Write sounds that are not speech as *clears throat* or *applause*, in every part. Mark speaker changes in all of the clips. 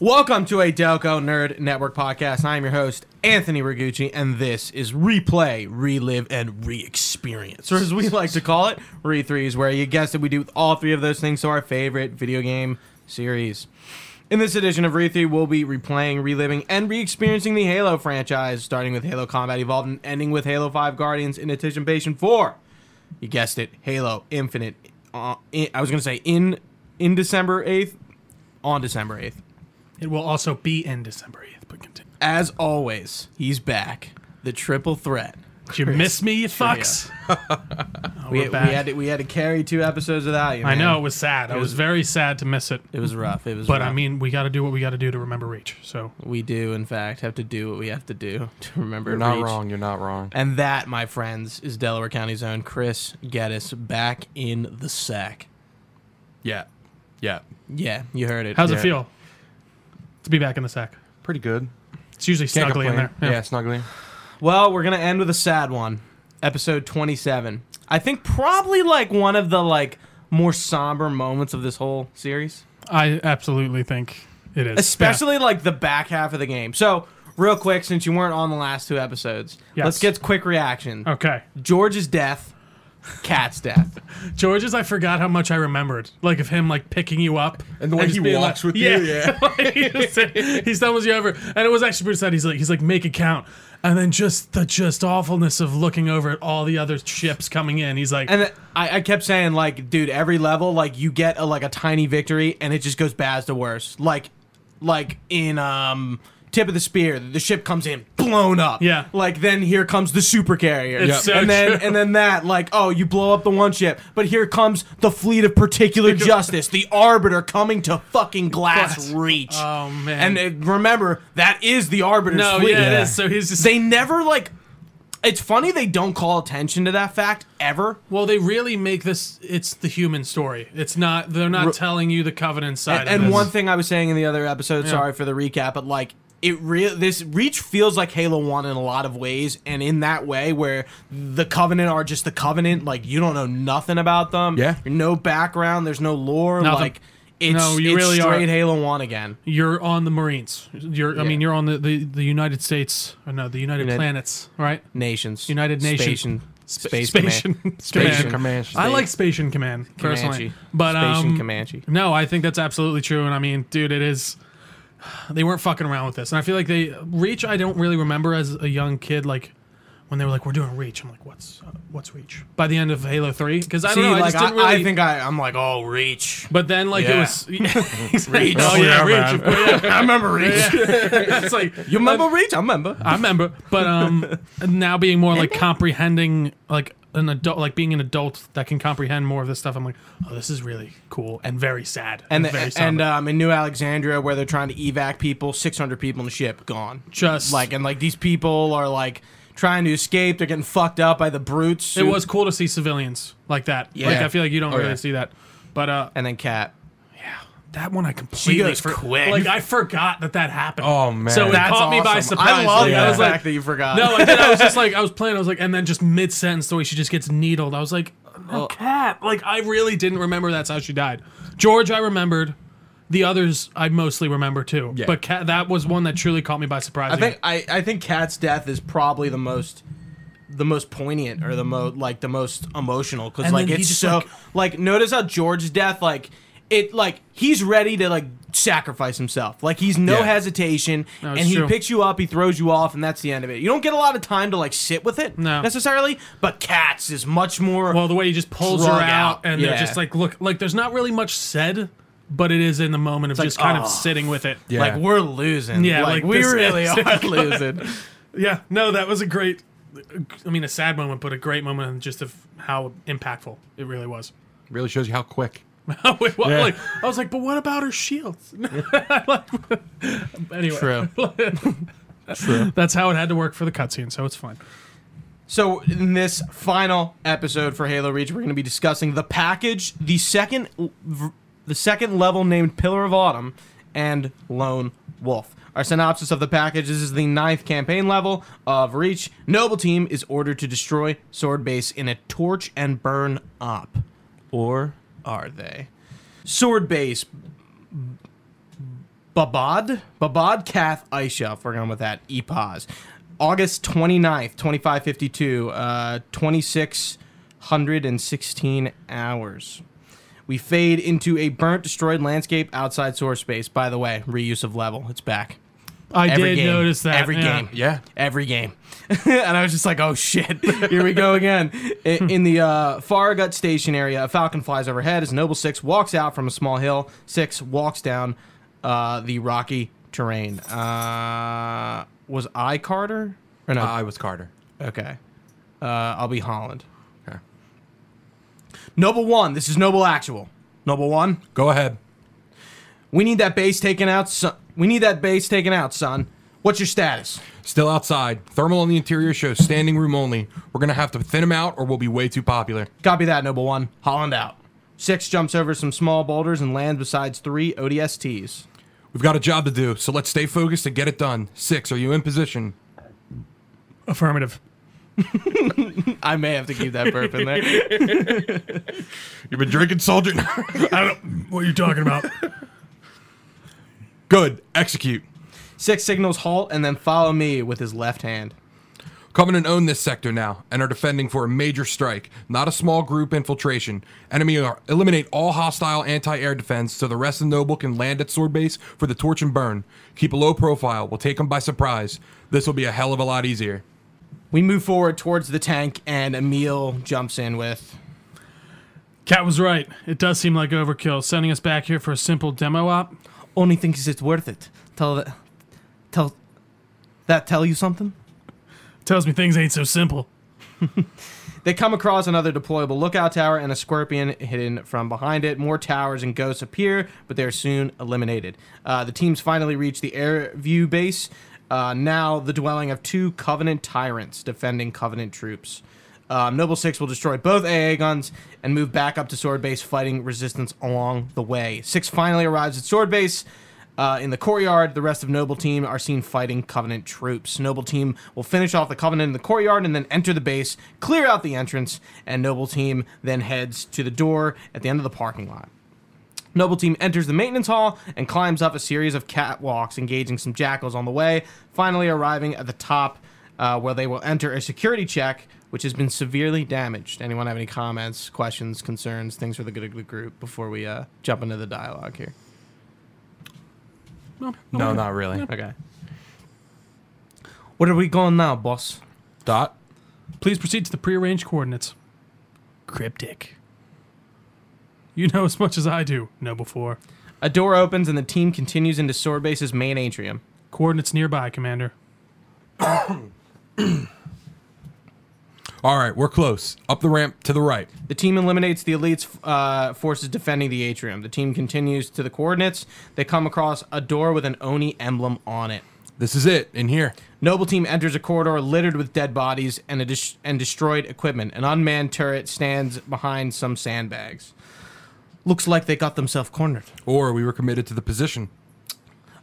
Speaker 1: Welcome to a Delco Nerd Network podcast. I'm your host, Anthony Rigucci, and this is Replay, Relive, and Re-Experience, or as we like to call it, Re3s, where you guessed it, we do all three of those things to our favorite video game series. In this edition of Re3, we'll be replaying, reliving, and re-experiencing the Halo franchise, starting with Halo Combat Evolved and ending with Halo 5 Guardians in Anticipation 4. You guessed it, Halo Infinite. Uh, in- I was going to say in in December 8th, on December 8th.
Speaker 2: It will also be in December 8th, but continue.
Speaker 1: As always, he's back. The triple threat.
Speaker 2: Did you miss me,
Speaker 1: *laughs*
Speaker 2: you fucks? Oh,
Speaker 1: We,
Speaker 2: we're
Speaker 1: we
Speaker 2: back.
Speaker 1: had to, we had to carry two episodes without you.
Speaker 2: I
Speaker 1: man.
Speaker 2: know, it was sad. I
Speaker 1: was-
Speaker 2: was very sad to miss it.
Speaker 1: it was rough. It was.
Speaker 2: But
Speaker 1: rough.
Speaker 2: I mean, we got to do what we got to do to remember Reach. So
Speaker 1: we do in fact have to do what we have to do *laughs* to remember.
Speaker 3: You're not
Speaker 1: Reach.
Speaker 3: wrong. You're not wrong.
Speaker 1: And that, my friends, is Delaware County's own Chris Geddes back in the sack.
Speaker 3: Yeah, yeah.
Speaker 1: Yeah, you heard it.
Speaker 2: how's it
Speaker 3: Yeah.
Speaker 2: feel to be back in the sack?
Speaker 3: Pretty good.
Speaker 2: It's usually
Speaker 3: Can't
Speaker 2: snuggly in there.
Speaker 3: complain. Yeah, snuggly.
Speaker 1: Well, we're gonna end with a sad one. Episode twenty-seven. I think probably like one of the like more somber moments of this whole series.
Speaker 2: I absolutely think it is.
Speaker 1: especially like the back half of the game. So, real quick, since you weren't on the last two episodes,
Speaker 2: Yes. Oh.
Speaker 1: let's get quick reaction.
Speaker 2: Yeah. Okay.
Speaker 1: George's death, Cat's death.
Speaker 2: George's, I forgot how much I remembered. Like of him, like picking you up,
Speaker 3: And the way
Speaker 2: just
Speaker 3: he
Speaker 2: being
Speaker 3: walks with you, yeah.
Speaker 2: *laughs* Like, he just said- he's that was you ever, and it was actually pretty sad. He's like, he's like, make it count, and then just the just awfulness of looking over at all the other ships coming in. He's like,
Speaker 1: And th- I, I kept saying, like, dude, every level, like, you get a, like a tiny victory, and it just goes bad to worse. Like, like in um. Tip of the spear, the ship comes in blown up.
Speaker 2: Yeah.
Speaker 1: Like then here comes the super carrier.
Speaker 2: It's Yep. so
Speaker 1: and then
Speaker 2: true.
Speaker 1: and then that, like, oh, you blow up the one ship, but here comes the fleet of particular justice, the arbiter coming to fucking glass,
Speaker 2: Glass.
Speaker 1: reach.
Speaker 2: oh man,
Speaker 1: And uh, remember, that is the arbiter's
Speaker 2: no,
Speaker 1: fleet.
Speaker 2: yeah, it is. So he's just
Speaker 1: They never like. It's funny they don't call attention to that fact ever.
Speaker 2: well, they really make this. It's the human story. It's not. They're not telling you the Covenant side.
Speaker 1: And,
Speaker 2: of this.
Speaker 1: one thing I was saying in the other episode, sorry for the recap, but like it real this Reach feels like Halo One in a lot of ways, and in that way where the Covenant are just the Covenant, like you don't know nothing about them.
Speaker 3: Yeah.
Speaker 1: no background. There's no lore.
Speaker 2: Nothing.
Speaker 1: Like it's
Speaker 2: No, you
Speaker 1: it's
Speaker 2: really are-
Speaker 1: straight Halo One again.
Speaker 2: you're on the Marines. You're. I mean, you're on the, the the United States. Or no, the United,
Speaker 1: United-
Speaker 2: Planets. Right.
Speaker 1: Nations,
Speaker 2: United Nations.
Speaker 1: Station,
Speaker 2: Sp-
Speaker 1: space,
Speaker 2: Spation
Speaker 1: Command.
Speaker 2: Command.
Speaker 3: Command.
Speaker 2: I like Spation Command personally,
Speaker 1: Comanche.
Speaker 2: but
Speaker 1: Spation
Speaker 2: um,
Speaker 1: Comanche.
Speaker 2: no, I think that's absolutely true. And I mean, dude, it is. *sighs* They weren't fucking around with this, and I feel like they Reach. I don't really remember as a young kid, like when they were like, "We're doing Reach." I'm like, "What's uh, what's Reach?" By the end of Halo Three, because I
Speaker 1: See,
Speaker 2: don't know, I
Speaker 1: like
Speaker 2: just didn't
Speaker 1: I,
Speaker 2: really.
Speaker 1: I think I, I'm like, oh, Reach.
Speaker 2: but then, like
Speaker 1: Yeah.
Speaker 2: it was *laughs* Reach.
Speaker 1: Oh,
Speaker 2: Oh yeah,
Speaker 3: yeah,
Speaker 2: Reach. of
Speaker 1: I remember Reach.
Speaker 2: course, yeah. it's like
Speaker 1: You remember Reach? I remember.
Speaker 2: I remember,
Speaker 1: *laughs*
Speaker 2: but um, now being more like comprehending, like an adult, like being an adult that can comprehend more of this stuff. I'm like, oh, this is really cool and very sad
Speaker 1: And
Speaker 2: and, very
Speaker 1: the,
Speaker 2: somber.
Speaker 1: and um, in New Alexandria, where they're trying to evac people, 600 people in the ship gone.
Speaker 2: just
Speaker 1: Like and like these people are like trying to escape. They're getting fucked up by the brutes.
Speaker 2: it was cool to see civilians like that.
Speaker 1: Yeah.
Speaker 2: Like I feel like you don't
Speaker 1: Oh,
Speaker 2: really
Speaker 1: yeah.
Speaker 2: see that, but uh,
Speaker 1: And then Cat.
Speaker 2: that one I completely
Speaker 1: goes quick.
Speaker 2: Like I forgot that that happened.
Speaker 3: Oh, man.
Speaker 2: so it
Speaker 3: That's
Speaker 2: caught me by
Speaker 3: awesome.
Speaker 2: surprise.
Speaker 1: I love
Speaker 2: Like,
Speaker 1: that
Speaker 2: I was
Speaker 1: fact
Speaker 2: like,
Speaker 1: that you forgot.
Speaker 2: no, I, did, I was just like, I was playing. I was like, and then just mid sentence, the way she just gets needled. I was like, a cat. Like I really didn't remember that's how she died. George, I remembered. The others, I mostly remember too.
Speaker 3: Yeah.
Speaker 2: But cat, that was one that truly caught me by surprise.
Speaker 1: I think I, I think Cat's death is probably the most the most poignant or the most like the most emotional because
Speaker 2: And
Speaker 1: like
Speaker 2: then he
Speaker 1: it's
Speaker 2: just,
Speaker 1: so like,
Speaker 2: like-
Speaker 1: notice how George's death like it like he's ready to like sacrifice himself like he's no
Speaker 3: Yeah.
Speaker 1: hesitation and
Speaker 2: it's
Speaker 1: he
Speaker 2: true.
Speaker 1: picks you up he throws you off and that's the end of it you don't get a lot of time to like sit with it
Speaker 2: No.
Speaker 1: necessarily but cats is much more
Speaker 2: Well, the way he just pulls her
Speaker 1: Drug
Speaker 2: out,
Speaker 1: out,
Speaker 2: and
Speaker 1: yeah.
Speaker 2: they're just like, look, like there's not really much said, but it is in the moment of
Speaker 1: like,
Speaker 2: just kind
Speaker 1: "Oh."
Speaker 2: of sitting with it.
Speaker 3: Yeah.
Speaker 1: like we're losing
Speaker 2: Yeah,
Speaker 1: like,
Speaker 2: like,
Speaker 1: we
Speaker 2: this
Speaker 1: really
Speaker 2: *laughs* is-
Speaker 1: are losing
Speaker 2: Yeah, no, that was a great. I mean, a sad moment, but a great moment, and just of how impactful it really was.
Speaker 3: *laughs* Really shows you how quick.
Speaker 2: *laughs* Wait, what?
Speaker 3: Yeah.
Speaker 2: Oh, Like, I was like, but what about her shields? *laughs* Like, *laughs* anyway,
Speaker 1: True.
Speaker 3: Uh,
Speaker 2: True. That's how it had to work for the cutscene, so it's fine.
Speaker 1: So, in this final episode for Halo Reach, we're going to be discussing the package, the second, the second level named Pillar of Autumn, and Lone Wolf. Our synopsis of the package: This is the ninth campaign level of Reach. Noble Team is ordered to destroy Sword Base in a torch and burn up, or are they? Sword Base Babad, Babad Kath Aisha. We're going with that. E EPOS. August 29th, 2552, uh, 2616 hours. We fade into a burnt, destroyed landscape outside source space. By the way, reuse of level. It's back.
Speaker 2: I
Speaker 1: Every
Speaker 2: did
Speaker 1: game.
Speaker 2: notice that.
Speaker 1: Every
Speaker 2: yeah.
Speaker 1: game.
Speaker 3: Yeah.
Speaker 1: every game. *laughs* and I was just like, oh shit, here we go again. I- In the uh, Farragut Station area, a falcon flies overhead as Noble Six walks out from a small hill. Six walks down uh, the rocky terrain. Uh, was I Carter? Or no?
Speaker 3: I was Carter.
Speaker 1: okay. Uh, I'll be Holland.
Speaker 3: Okay.
Speaker 1: Noble One, this is Noble Actual. Noble One,
Speaker 3: Go ahead.
Speaker 1: we need that base taken out, son. We need that base taken out, son. What's your status?
Speaker 3: Still outside. Thermal on the interior shows standing room only. We're gonna have to thin them out, or we'll be way too popular.
Speaker 1: Copy that, Noble One. Holland out. Six jumps over some small boulders and lands besides three ODSTs.
Speaker 3: We've got a job to do, so let's stay focused and get it done. Six, are you in position?
Speaker 2: Affirmative.
Speaker 1: I may have to keep that burp in there. *laughs*
Speaker 3: You've been drinking, soldier. *laughs*
Speaker 2: I don't know what you're talking about.
Speaker 3: Good. Execute.
Speaker 1: Six signals halt and then follow me with his left hand.
Speaker 3: Coming and own this sector now, and are defending for a major strike, not a small group infiltration. Enemy are eliminate all hostile anti-air defense, so the rest of Noble can land at Sword Base for the torch and burn. Keep a low profile. We'll take them by surprise. This will be a hell of a lot easier.
Speaker 1: We move forward towards the tank, and Emil jumps in with.
Speaker 2: *laughs* Cat was right. It does seem like overkill, sending us back here for a simple demo op.
Speaker 1: Only thinks it's worth it. Tell that. Tell. That tell you something?
Speaker 2: Tells me things ain't so simple.
Speaker 1: They come across another deployable lookout tower and a scorpion hidden from behind it. More towers and ghosts appear, but they are soon eliminated. Uh, the teams finally reach the air view base, uh, now the dwelling of two Covenant tyrants defending Covenant troops. Um, Noble Six will destroy both AA guns and move back up to Sword Base, fighting resistance along the way. Six finally arrives at Sword Base. Uh, in the courtyard, the rest of Noble Team are seen fighting Covenant troops. Noble Team will finish off the Covenant in the courtyard and then enter the base, clear out the entrance, and Noble Team then heads to the door at the end of the parking lot. Noble Team enters the maintenance hall and climbs up a series of catwalks, engaging some jackals on the way, finally arriving at the top uh, where they will enter a security check, which has been severely damaged. Anyone have any comments, questions, concerns, things for the good of the group before we uh, jump into the dialogue here?
Speaker 3: No, not really.
Speaker 1: Okay. Where are we going now, boss?
Speaker 3: Dot.
Speaker 2: Please proceed to the prearranged coordinates. Cryptic. You know as much as I do. No before.
Speaker 1: A door opens and the team continues into Sword Base's main atrium.
Speaker 2: Coordinates nearby, Commander.
Speaker 3: All right, we're close. Up the ramp to the right.
Speaker 1: The team eliminates the elite's uh, forces defending the atrium. The team continues to the coordinates. They come across a door with an Oni emblem on it.
Speaker 3: This is it. In here.
Speaker 1: Noble team enters a corridor littered with dead bodies and, a dis- and destroyed equipment. An unmanned turret stands behind some sandbags. Looks like they got themselves cornered.
Speaker 3: Or we were committed to the position.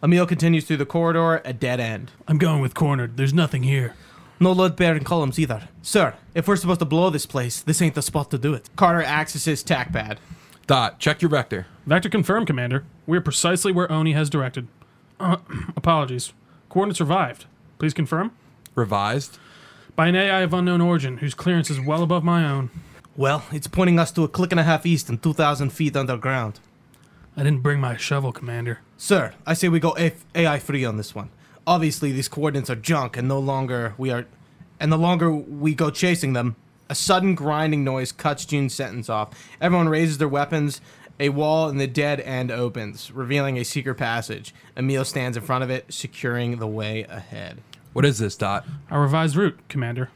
Speaker 1: Emil continues through the corridor, a dead end.
Speaker 2: I'm going with cornered. There's nothing here.
Speaker 1: No load bearing columns either. Sir, if we're supposed to blow this place, this ain't the spot to do it. Carter axes his tack pad.
Speaker 3: Dot. Check your vector.
Speaker 2: Vector confirmed, Commander. We are precisely where Oni has directed. Uh, *clears throat* apologies. Coordinates revived. Please confirm.
Speaker 3: Revised.
Speaker 2: By an AI of unknown origin, whose clearance is well above my own.
Speaker 1: Well, it's pointing us to a click and a half east and 2,000 feet underground.
Speaker 2: I didn't bring my shovel, Commander.
Speaker 1: Sir, I say we go A- AI free on this one. Obviously, these coordinates are junk, and no longer we are, and the longer we go chasing them, a sudden grinding noise cuts June's sentence off. Everyone raises their weapons. A wall in the dead end opens, revealing a secret passage. Emil stands in front of it, securing the way ahead.
Speaker 3: What is this, Dot?
Speaker 2: Our revised route, Commander.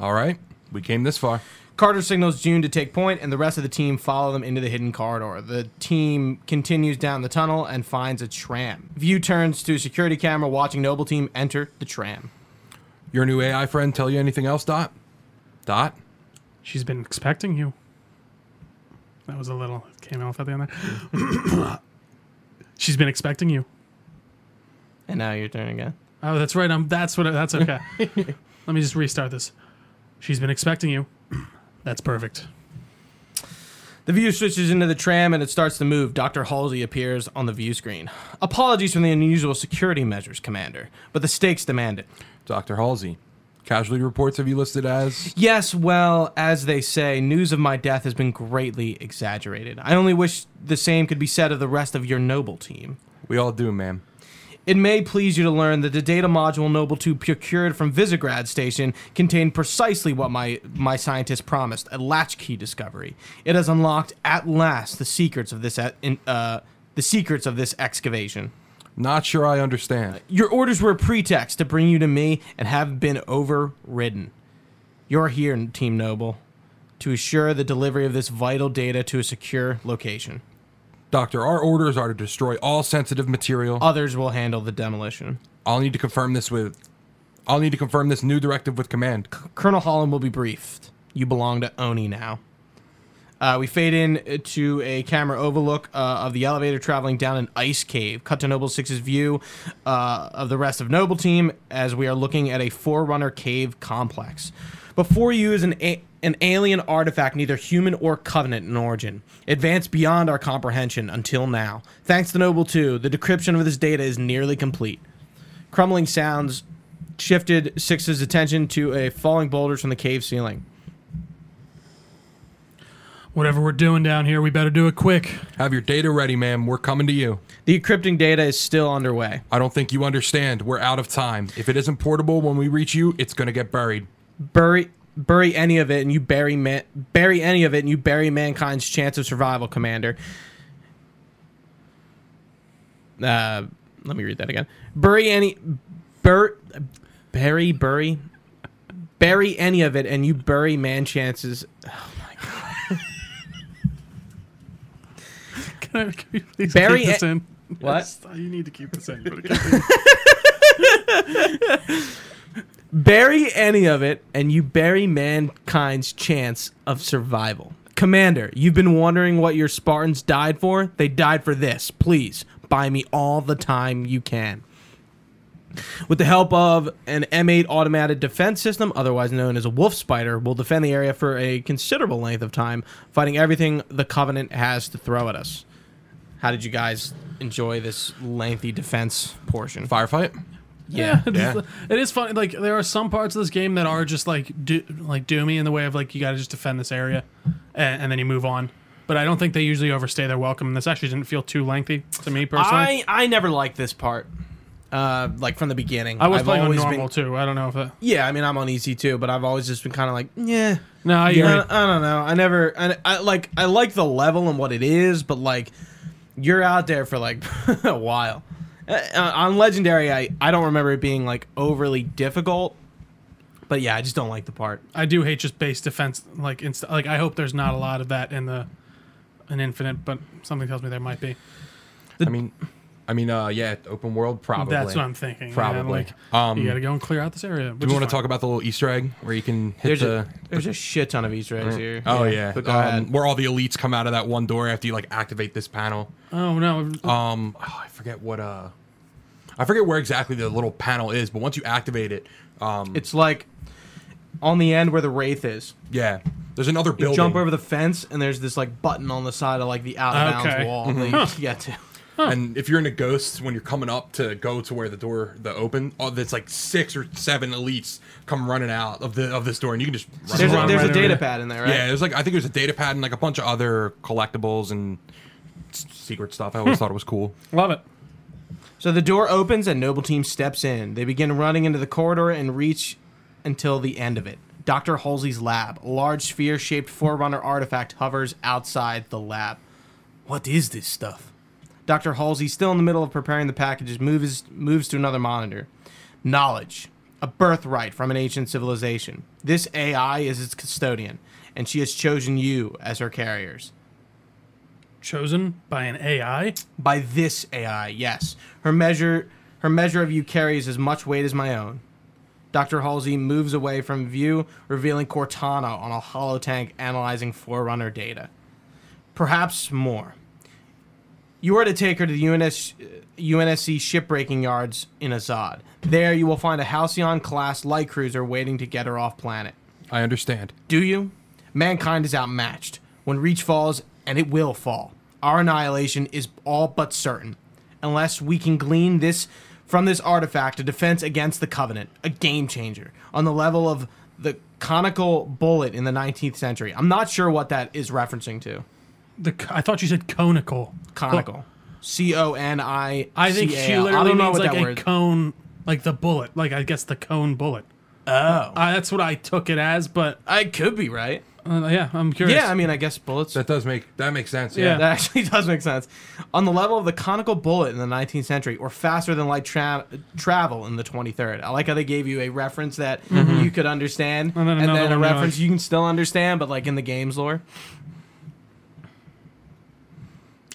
Speaker 3: All right. We came this far.
Speaker 1: Carter signals June to take point, and the rest of the team follow them into the hidden corridor. The team continues down the tunnel and finds a tram. View turns to a security camera, watching Noble Team enter the tram.
Speaker 3: Your new AI friend tell you anything else, Dot? Dot?
Speaker 2: She's been expecting you. That was a little it came off at the end there. *coughs* She's been expecting you.
Speaker 1: And now your turn again.
Speaker 2: Oh, that's right. I'm. That's what. That's okay. Let me *clears throat* just restart this. She's been expecting you. That's perfect.
Speaker 1: The view switches into the tram and it starts to move. Dr. Halsey appears on the view screen. Apologies for the unusual security measures, Commander, but the stakes demand it.
Speaker 3: Dr. Halsey. Casualty reports have you listed as?
Speaker 1: Yes, well, as they say, news of my death has been greatly exaggerated. I only wish the same could be said of the rest of your Noble team.
Speaker 3: We all do, ma'am.
Speaker 1: It may please you to learn that the data module Noble 2 procured from Visigrad Station contained precisely what my, my scientist promised a latchkey discovery. It has unlocked at last the secrets of this, e- in- uh, the secrets of this excavation.
Speaker 3: Not sure I understand.
Speaker 1: Your orders were a pretext to bring you to me and have been overridden. You're here, Team Noble, to assure the delivery of this vital data to a secure location.
Speaker 3: Doctor, our orders are to destroy all sensitive material.
Speaker 1: Others will handle the demolition.
Speaker 3: I'll need to confirm this with. I'll need to confirm this new directive with command.
Speaker 1: Colonel Holland will be briefed. You belong to Oni now. Uh, we fade in to a camera overlook uh, of the elevator traveling down an ice cave. Cut to Noble Six's view uh, of the rest of Noble Team as we are looking at a Forerunner cave complex. Before you is an a- an alien artifact, neither human or covenant in origin, advanced beyond our comprehension until now. Thanks to Noble 2, the decryption of this data is nearly complete. Crumbling sounds shifted Six's attention to a falling boulders from the cave ceiling.
Speaker 2: Whatever we're doing down here, we better do it quick.
Speaker 3: Have your data ready, ma'am. We're coming to you.
Speaker 1: The encrypting data is still underway.
Speaker 3: I don't think you understand. We're out of time. If it isn't portable when we reach you, it's going to get buried.
Speaker 1: Bury bury any of it and you bury man, bury any of it and you bury mankind's chance of survival, commander. Uh, let me read that again. Bury any bur, bury bury bury any of it and you bury man chances.
Speaker 2: Can I can you please
Speaker 1: Barry
Speaker 2: keep this
Speaker 1: A-
Speaker 2: in?
Speaker 1: What?
Speaker 2: Yes, you need to keep this in. *laughs* but-
Speaker 1: Bury any of it, and you bury mankind's chance of survival. Commander, you've been wondering what your Spartans died for? They died for this. Please, buy me all the time you can. With the help of an M8 automated defense system, otherwise known as a wolf spider, will defend the area for a considerable length of time, fighting everything the Covenant has to throw at us. How did you guys enjoy this lengthy defense portion?
Speaker 3: Firefight?
Speaker 2: Yeah,
Speaker 3: Yeah.
Speaker 2: it's- it is funny. Like there are some parts of this game that are just like do, like doomy in the way of like you got to just defend this area, and, and then you move on. But I don't think they usually overstay their welcome. And this actually didn't feel too lengthy to me personally. I,
Speaker 1: I, I never liked this part. Uh, like from the beginning,
Speaker 2: was
Speaker 1: I've
Speaker 2: playing on
Speaker 1: always
Speaker 2: normal
Speaker 1: Been,
Speaker 2: too. I don't know if that.
Speaker 1: yeah, I mean, I'm on easy too, but I've always just been kind of like, yeah,
Speaker 2: No, I
Speaker 1: I,
Speaker 2: agree.
Speaker 1: don't- I don't know. I never, I, I like, I like the level and what it is, but like, you're out there for like *laughs* a while. Uh, uh, on legendary, I I don't remember it being like overly difficult, but yeah, I just don't like the part.
Speaker 2: I do hate just base defense. Like inst- like I hope there's not a lot of that in the in Infinite, but something tells me there might be.
Speaker 3: I mean, I mean, uh, yeah, open world probably.
Speaker 2: That's what I'm thinking. man.
Speaker 3: Probably.
Speaker 2: Like
Speaker 3: Um,
Speaker 2: you got to go and clear out this area.
Speaker 3: Do we want to talk about the little Easter egg where you can hit
Speaker 1: There's
Speaker 3: the?
Speaker 1: a there's a shit ton of Easter eggs here.
Speaker 3: Oh yeah,
Speaker 1: but go
Speaker 3: um,
Speaker 1: ahead.
Speaker 3: where all the elites come out of that one door after you like activate this panel.
Speaker 2: Oh no.
Speaker 3: Um, oh, I forget what uh, I forget where exactly the little panel is, but once you activate it, um,
Speaker 1: It's like on the end where the wraith is.
Speaker 3: yeah, there's another
Speaker 1: You
Speaker 3: building.
Speaker 1: jump over the fence and there's this like button on the side of like the out of bounds
Speaker 2: Okay.
Speaker 1: wall that you get to.
Speaker 3: and if you're in a ghost when you're coming up to go to where the door the open, oh, there's like six or seven elites come running out of the of this door, and you can just run
Speaker 1: There's, a,
Speaker 3: around
Speaker 1: there's
Speaker 3: right
Speaker 1: a
Speaker 2: right
Speaker 1: data
Speaker 2: over.
Speaker 1: pad in there, right?
Speaker 3: Yeah, there's like I think there's a data pad and like a bunch of other collectibles and s- secret stuff. I
Speaker 1: Hmm.
Speaker 3: always thought it was cool.
Speaker 2: Love it.
Speaker 1: So the door opens and Noble Team steps in. They begin running into the corridor and reach until the end of it. Dr. Halsey's lab, a large sphere shaped Forerunner artifact, hovers outside the lab. What is this stuff? Dr. Halsey, still in the middle of preparing the packages, moves, moves to another monitor. Knowledge, a birthright from an ancient civilization. This AI is its custodian, and she has chosen you as her carriers.
Speaker 2: Chosen by an AI.
Speaker 1: By this AI, yes. Her measure her measure of you carries as much weight as my own. Dr. Halsey moves away from view, revealing Cortana on a hollow tank analyzing Forerunner data. Perhaps more. You are to take her to the UNS, UNSC shipbreaking yards in Azad. There you will find a Halcyon class light cruiser waiting to get her off planet.
Speaker 3: I understand.
Speaker 1: Do you? Mankind is outmatched. When Reach falls, and it will fall. Our annihilation is all but certain, unless we can glean this from this artifact a defense against the Covenant, a game changer on the level of the conical bullet in the 19th century. I'm not sure what that is referencing to.
Speaker 2: The c- I thought you said conical.
Speaker 1: Conical. C O N I.
Speaker 2: I think she literally
Speaker 1: I don't know
Speaker 2: means
Speaker 1: what
Speaker 2: like
Speaker 1: that
Speaker 2: a
Speaker 1: word.
Speaker 2: cone, like the bullet. Like I guess the cone bullet. Oh, that's what I took it as. But
Speaker 1: I could be right.
Speaker 2: uh, yeah, I'm curious.
Speaker 1: Yeah, I mean, I guess bullets.
Speaker 3: That does make that makes sense.
Speaker 2: Yeah.
Speaker 3: Yeah.
Speaker 1: That actually *laughs* does make sense. On the level of the conical bullet in the 19th century, or faster than light tra- travel in the 23rd. I like how they gave you a reference that you could understand, and
Speaker 2: Mm-hmm. And
Speaker 1: then,
Speaker 2: then another
Speaker 1: a
Speaker 2: one you're
Speaker 1: reference
Speaker 2: like-
Speaker 1: you can still understand, but like in the game's lore.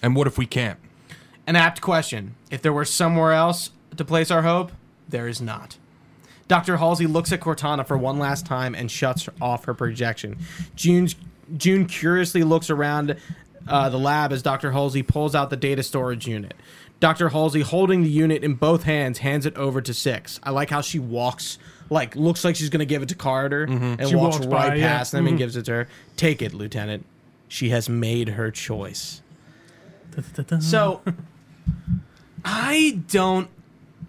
Speaker 3: And what if we can't?
Speaker 1: An apt question. If there were somewhere else to place our hope, there is not. Dr. Halsey looks at Cortana for one last time and shuts off her projection. June's, June curiously looks around uh, the lab as Dr. Halsey pulls out the data storage unit. Dr. Halsey, holding the unit in both hands, hands it over to Six. I like how she walks, like, looks like she's going to give it to Carter and
Speaker 2: Mm-hmm. She
Speaker 1: walks,
Speaker 2: walks by,
Speaker 1: right
Speaker 2: yeah. Mm-hmm.
Speaker 1: past them and gives it to her. Take it, Lieutenant. She has made her choice.
Speaker 2: So *laughs*
Speaker 1: So I don't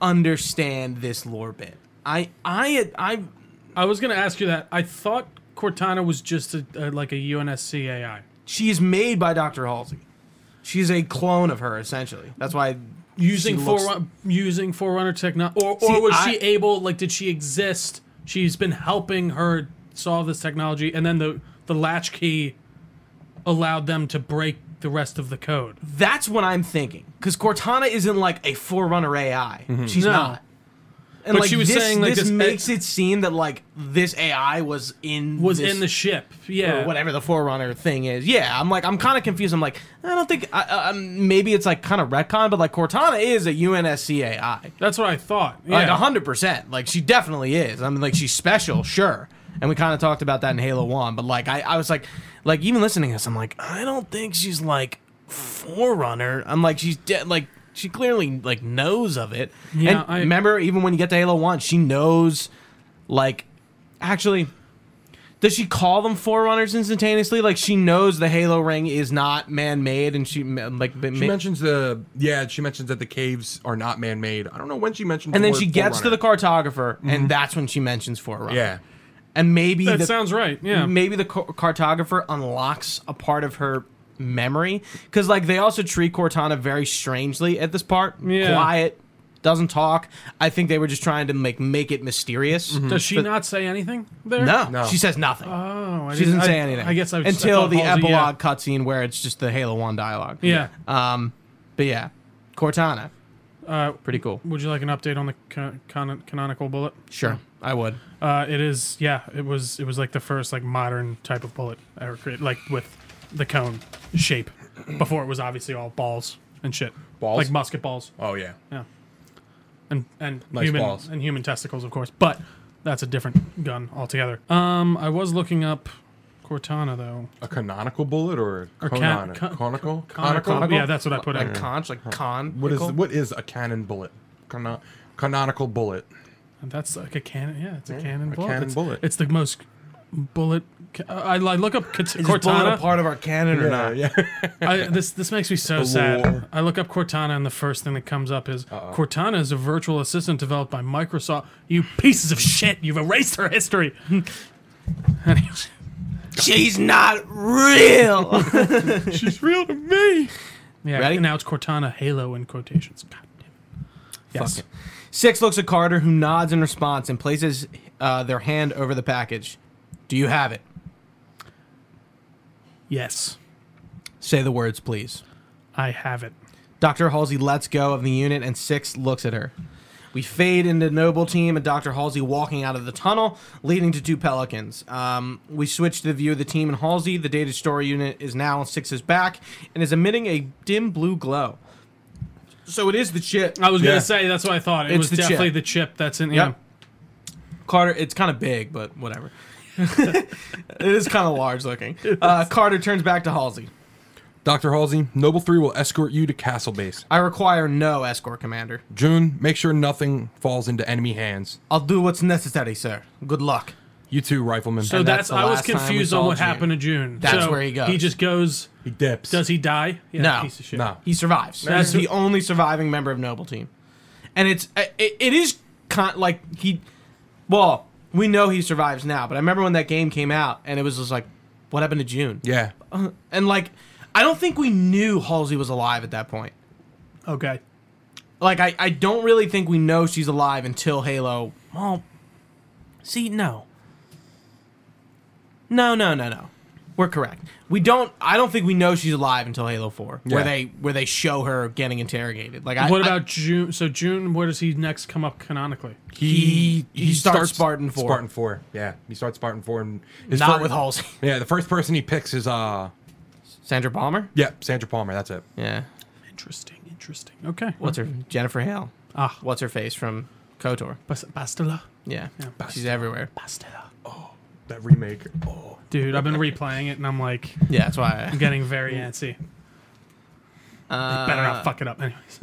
Speaker 1: understand this lore bit. I I I
Speaker 2: I was gonna ask you that. I thought Cortana was just a, a, like a UNSC AI.
Speaker 1: she is made by Dr. Halsey. She's a clone of her essentially. That's why
Speaker 2: using
Speaker 1: she
Speaker 2: for
Speaker 1: looks-
Speaker 2: using forerunner technology or, or
Speaker 1: See,
Speaker 2: was
Speaker 1: I-
Speaker 2: she able like did she exist she's been helping her solve this technology and then the the latch key allowed them to break the rest of the code
Speaker 1: that's what I'm thinking cuz Cortana isn't like a forerunner AI. She's
Speaker 2: Mm-hmm. No.
Speaker 1: not. And
Speaker 2: But
Speaker 1: like
Speaker 2: she was
Speaker 1: this,
Speaker 2: saying, like,
Speaker 1: this,
Speaker 2: this-
Speaker 1: makes it seem that like this AI was in
Speaker 2: was
Speaker 1: this-
Speaker 2: in the ship
Speaker 1: or
Speaker 2: yeah
Speaker 1: whatever the forerunner thing is. Yeah, I'm like I'm kind of confused. I'm like I don't think I, I, I'm- maybe it's like kind of retcon, but like Cortana is a UNSCAI,
Speaker 2: that's what i thought yeah.
Speaker 1: like 100. percent Like she definitely is. I mean, like she's special, sure. And we kind of talked about that in Halo One, but like I, I was like, like even listening to this, I'm like I don't think she's like forerunner. I'm like she's de- like she clearly like knows of it.
Speaker 2: Yeah,
Speaker 1: and
Speaker 2: I-
Speaker 1: remember even when you get to Halo One, she knows like actually does she call them forerunners instantaneously like she knows the halo ring is not man-made and she ma- like ma-
Speaker 3: She mentions the yeah. She mentions that the caves are not man-made. I don't know when she mentioned.
Speaker 1: and
Speaker 3: the
Speaker 1: then
Speaker 3: word
Speaker 1: she gets to the
Speaker 3: Forerunner.
Speaker 1: cartographer
Speaker 2: Mm-hmm.
Speaker 1: and that's when she mentions forerunner
Speaker 3: Yeah.
Speaker 1: and maybe
Speaker 2: that
Speaker 1: the,
Speaker 2: sounds right yeah
Speaker 1: maybe the car- cartographer unlocks a part of her memory because like they also treat cortana very strangely at this part
Speaker 2: Yeah.
Speaker 1: quiet doesn't talk i think they were just trying to make make it mysterious
Speaker 2: does she not say anything there
Speaker 1: no,
Speaker 3: No.
Speaker 1: she says nothing
Speaker 2: oh I
Speaker 1: she doesn't
Speaker 2: didn't-
Speaker 1: say
Speaker 2: I-
Speaker 1: anything
Speaker 2: i guess I was,
Speaker 1: until
Speaker 2: I thought
Speaker 1: the
Speaker 2: Halsey- yeah.
Speaker 1: epilogue cutscene where it's just the halo 1 dialogue
Speaker 2: yeah,
Speaker 1: Um, but yeah, Cortana,
Speaker 2: Uh,
Speaker 1: pretty cool.
Speaker 2: would you like an update on the con- con- canonical bullet
Speaker 1: Sure, I would.
Speaker 2: Uh, it is, yeah. It was, it was like the first like modern type of bullet ever created, like with the cone shape. Before it was obviously all balls and shit,
Speaker 3: Balls?
Speaker 2: like musket balls
Speaker 3: Oh yeah.
Speaker 2: and and
Speaker 3: Nice
Speaker 2: human
Speaker 3: balls.
Speaker 2: and human testicles, of course. But that's a different gun altogether. Um, I was looking up Cortana though.
Speaker 3: A canonical bullet or,
Speaker 2: Or
Speaker 3: conan-
Speaker 2: can- con-
Speaker 3: conical?
Speaker 2: conical?
Speaker 3: Conical?
Speaker 2: Yeah, that's what I put
Speaker 1: Like
Speaker 2: in.
Speaker 1: conch, like con.
Speaker 3: What is what is a cannon bullet? Cano- canonical bullet.
Speaker 2: And that's like a cannon. Yeah, it's a cannon
Speaker 3: a
Speaker 2: bullet.
Speaker 3: cannon
Speaker 2: it's,
Speaker 3: bullet.
Speaker 2: It's the most bullet. ca- I, I look up Cat-
Speaker 1: Cortana
Speaker 2: Cortana.
Speaker 1: part of our canon or not?
Speaker 3: yeah. *laughs*
Speaker 2: I, this this makes me so
Speaker 3: The
Speaker 2: sad.
Speaker 3: lore.
Speaker 2: I look up Cortana, and the first thing that comes up is Cortana is a virtual assistant developed by Microsoft. You pieces of shit! You've erased her history. *laughs* Anyways,
Speaker 1: She's not *laughs* real.
Speaker 2: she's real to me. Yeah.
Speaker 1: Ready?
Speaker 2: And now it's Cortana Halo in quotations. God damn it. Yes.
Speaker 1: Fuck Six looks at Carter, who nods in response and places uh, their hand over the package. Do you have it?
Speaker 2: Yes.
Speaker 1: Say the words, please.
Speaker 2: I have it.
Speaker 1: Dr. Halsey lets go of the unit and Six looks at her. We fade into Noble Team and Dr. Halsey walking out of the tunnel, leading to two Pelicans. Um, we switch to the view of the team and Halsey. The data store unit is now on Six's back and is emitting a dim blue glow. So it is the chip.
Speaker 2: I was
Speaker 3: Yeah.
Speaker 2: gonna say that's what I thought. It
Speaker 1: It's
Speaker 2: was
Speaker 1: the chip.
Speaker 2: definitely the chip that's in.
Speaker 1: Yep.
Speaker 2: Yeah.
Speaker 1: Mm. Carter, it's kind of big, but whatever. *laughs* it is kind of large looking. Uh, Carter turns back to Halsey.
Speaker 3: Dr. Halsey, Noble 3 will escort you to Castle Base.
Speaker 1: I require no escort, Commander.
Speaker 3: June, make sure nothing falls into enemy hands.
Speaker 1: I'll do what's necessary, sir. Good luck.
Speaker 3: You too, rifleman.
Speaker 2: So
Speaker 1: And that's
Speaker 2: that's,
Speaker 1: the
Speaker 2: I was
Speaker 1: last time we
Speaker 2: confused on
Speaker 1: saw
Speaker 2: what
Speaker 1: June.
Speaker 2: happened to June.
Speaker 1: That's
Speaker 2: So
Speaker 1: where he goes.
Speaker 2: He just goes.
Speaker 3: he dips.
Speaker 2: Does he die? Yeah,
Speaker 1: No.
Speaker 2: Piece of shit.
Speaker 3: no.
Speaker 1: He survives.
Speaker 2: That's
Speaker 1: That's
Speaker 2: who-
Speaker 1: the only surviving member of Noble Team, and it's uh, it, it is con- like he, well, we know he survives now. But I remember when that game came out, and it was just like, what happened to June?
Speaker 3: Yeah.
Speaker 1: And like, I don't think we knew Halsey was alive at that point.
Speaker 2: Okay.
Speaker 1: Like, I I don't really think we know she's alive until Halo. Well, see, no, no, no, no, no. We're correct. We don't. I don't think we know she's alive until Halo Four,
Speaker 3: Yeah.
Speaker 1: where they where they show her getting interrogated. Like, I,
Speaker 2: What
Speaker 1: I-
Speaker 2: about June? So June, where does he next come up canonically?
Speaker 1: He- he starts Spartan four.
Speaker 3: Spartan four. Yeah. He starts Spartan four and his
Speaker 1: not
Speaker 3: fir-
Speaker 1: with Halsey. *laughs*
Speaker 3: Yeah, the first person he picks is uh
Speaker 1: Sandra Palmer?
Speaker 3: yeah, Sandra Palmer, that's it.
Speaker 1: Yeah.
Speaker 2: Interesting. Interesting. Okay.
Speaker 1: What's her? Jennifer Hale.
Speaker 2: Ah.
Speaker 1: What's her face from KOTOR?
Speaker 2: Bas- Bastila.
Speaker 1: Yeah. She's
Speaker 3: Bastila.
Speaker 1: everywhere.
Speaker 2: Bastila.
Speaker 3: That remake. Oh.
Speaker 2: Dude, I've been replaying it and I'm like
Speaker 1: Yeah, that's why.
Speaker 2: getting very antsy.
Speaker 1: I, uh,
Speaker 2: Better not fuck it up, anyways.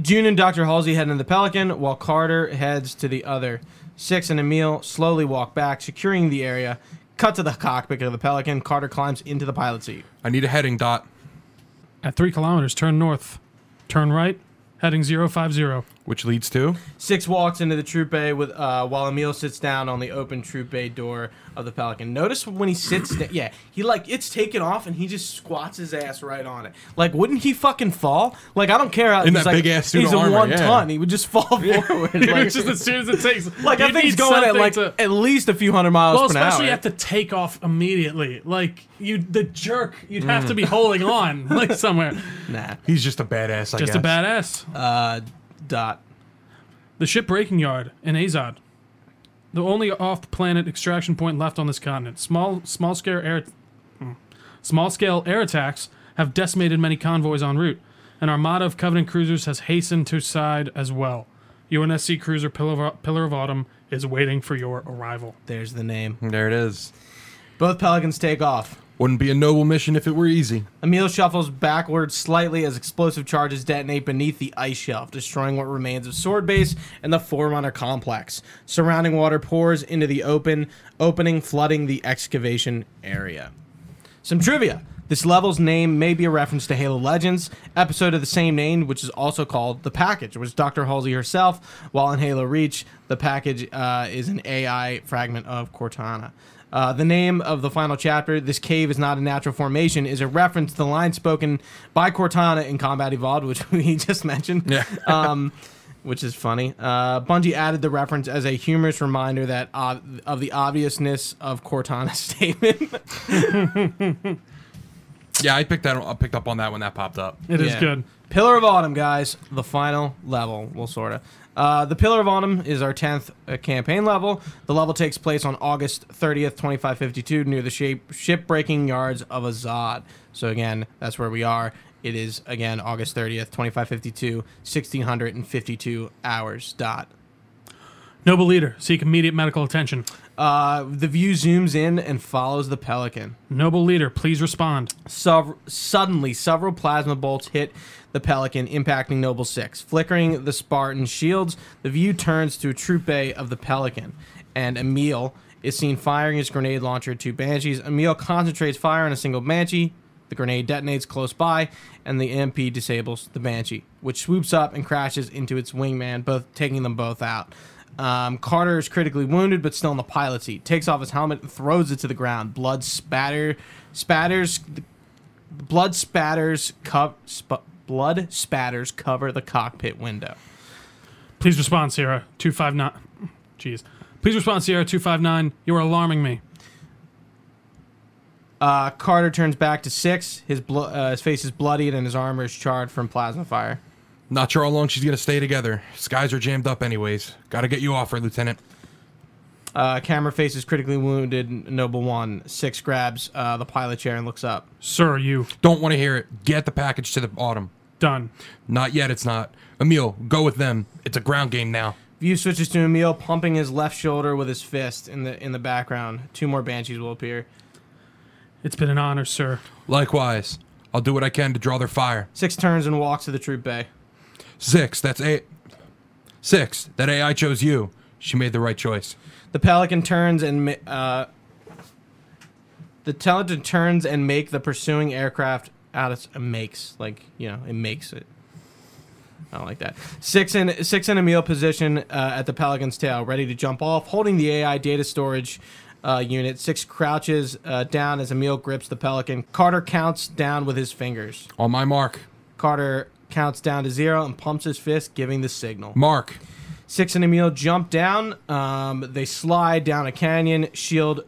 Speaker 1: June and Dr. Halsey head into the Pelican, while Carter heads to the other. Six and Emil slowly walk back, securing the area. Cut to the cockpit of the Pelican. Carter climbs into the pilot seat.
Speaker 3: I need a heading dot.
Speaker 2: *laughs* At three kilometers, turn north, turn right, heading *laughs* 050.
Speaker 3: Which leads to
Speaker 1: Six walks into the troop bay with, uh, while Emil sits down on the open troop bay door of the Pelican. Notice when he sits, da- yeah, he like it's taken off and he just squats his ass right on it. Like, wouldn't he fucking fall? Like, I don't care how he's
Speaker 3: In that
Speaker 1: like,
Speaker 3: big-ass suit
Speaker 1: He's
Speaker 3: of
Speaker 1: a
Speaker 3: armor,
Speaker 1: one
Speaker 3: yeah.
Speaker 1: ton. He would just fall
Speaker 3: *laughs*
Speaker 1: forward. like,
Speaker 2: It's just as soon as it takes.
Speaker 1: like, I
Speaker 2: you
Speaker 1: think he's
Speaker 2: need
Speaker 1: going at
Speaker 2: something
Speaker 1: like
Speaker 2: to-
Speaker 1: at least a few hundred miles
Speaker 2: well,
Speaker 1: per
Speaker 2: especially
Speaker 1: hour.
Speaker 2: you have to take off immediately. Like you, the jerk, you'd have to be holding on like somewhere.
Speaker 1: nah,
Speaker 3: He's just a badass, I
Speaker 2: Just a badass.
Speaker 1: uh, dot.
Speaker 2: The ship breaking yard in Azod. The only off-planet extraction point left on this continent. Small small scale air small scale air attacks have decimated many convoys en route. An armada of Covenant cruisers has hastened to side as well. UNSC cruiser Pillar of, Pillar of Autumn is waiting for your arrival.
Speaker 1: There's the name.
Speaker 3: There it is.
Speaker 1: Both Pelicans take off.
Speaker 3: Wouldn't be a noble mission if it were *laughs* easy.
Speaker 1: Emil shuffles backwards slightly as explosive charges detonate beneath the ice shelf, destroying what remains of Sword Base and the Forerunner complex. Surrounding water pours into the open opening, flooding the excavation area. Some trivia. This level's name may be a reference to Halo Legends episode of the same name, which is also called The Package, which Dr. Halsey herself, while in Halo Reach, The Package uh, is an AI fragment of Cortana. Uh, the name of the final chapter, This Cave is Not a Natural Formation, is a reference to the line spoken by Cortana in Combat Evolved, which *laughs* we just mentioned. Yeah. um, which is funny. Uh, Bungie added the reference as a humorous reminder that uh, of the obviousness of Cortana's *laughs* statement.
Speaker 3: Yeah, I picked that I picked up on that when that popped up.
Speaker 2: It is
Speaker 1: Yeah.
Speaker 2: good.
Speaker 1: Pillar of Autumn, guys, the final level. Well, sort of. Uh, the Pillar of Autumn is our 10th uh, campaign level. The level takes place on August 30th, 2552, near the shape, ship-breaking yards of Azad. So, again, that's where we are. It is, again, August 30th, 2552, 1652 hours dot.
Speaker 2: Noble leader, seek immediate medical attention.
Speaker 1: Uh, the view zooms in and follows the pelican.
Speaker 2: Noble leader, please respond.
Speaker 1: Sov- suddenly, several plasma bolts hit the Pelican, impacting Noble Six, flickering the Spartan shields. The view turns to a troop bay of the Pelican, and Emil is seen firing his grenade launcher at two Banshees. Emil concentrates fire on a single Banshee. The grenade detonates close by, and the MP disables the Banshee, which swoops up and crashes into its wingman, both taking them both out. Um, Carter is critically wounded, but still in the pilot seat. Takes off his helmet and throws it to the ground. Blood spatter spatters blood spatters co- sp- blood spatters cover the cockpit window.
Speaker 2: Please respond, Sierra 259. Jeez. Please respond, Sierra 259. You are alarming me.
Speaker 1: Uh, Carter turns back to six. His blo- uh, his face is bloodied and his armor is charred from plasma fire.
Speaker 3: Not sure how long she's gonna stay together. Skies are jammed up anyways. Gotta get you off her, Lieutenant.
Speaker 1: Uh, camera faces critically wounded. Noble one six grabs uh, the pilot chair and looks up.
Speaker 2: Sir, you.
Speaker 3: Don't wanna hear it. Get the package to the autumn.
Speaker 2: Done.
Speaker 3: Not yet, it's not. Emil, go with them. It's a ground game now.
Speaker 1: View switches to Emil pumping his left shoulder with his fist in the in the background. Two more banshees will appear.
Speaker 2: It's been an honor, sir.
Speaker 3: Likewise, I'll do what I can to draw their fire.
Speaker 1: Six turns and walks to the troop bay.
Speaker 3: Six, that's eight. Six, that AI chose you. She made the right choice.
Speaker 1: The pelican turns and ma- uh, the talented turns and make the pursuing aircraft out of uh, makes like you know it makes it. I like that. Six in six in a meal position uh, at the pelican's tail, ready to jump off, holding the AI data storage. Uh, unit six crouches uh, down as Emil grips the pelican. Carter counts down with his fingers.
Speaker 3: On my mark.
Speaker 1: Carter counts down to zero and pumps his fist, giving the signal.
Speaker 3: Mark.
Speaker 1: Six and Emil jump down. Um, they slide down a canyon, shield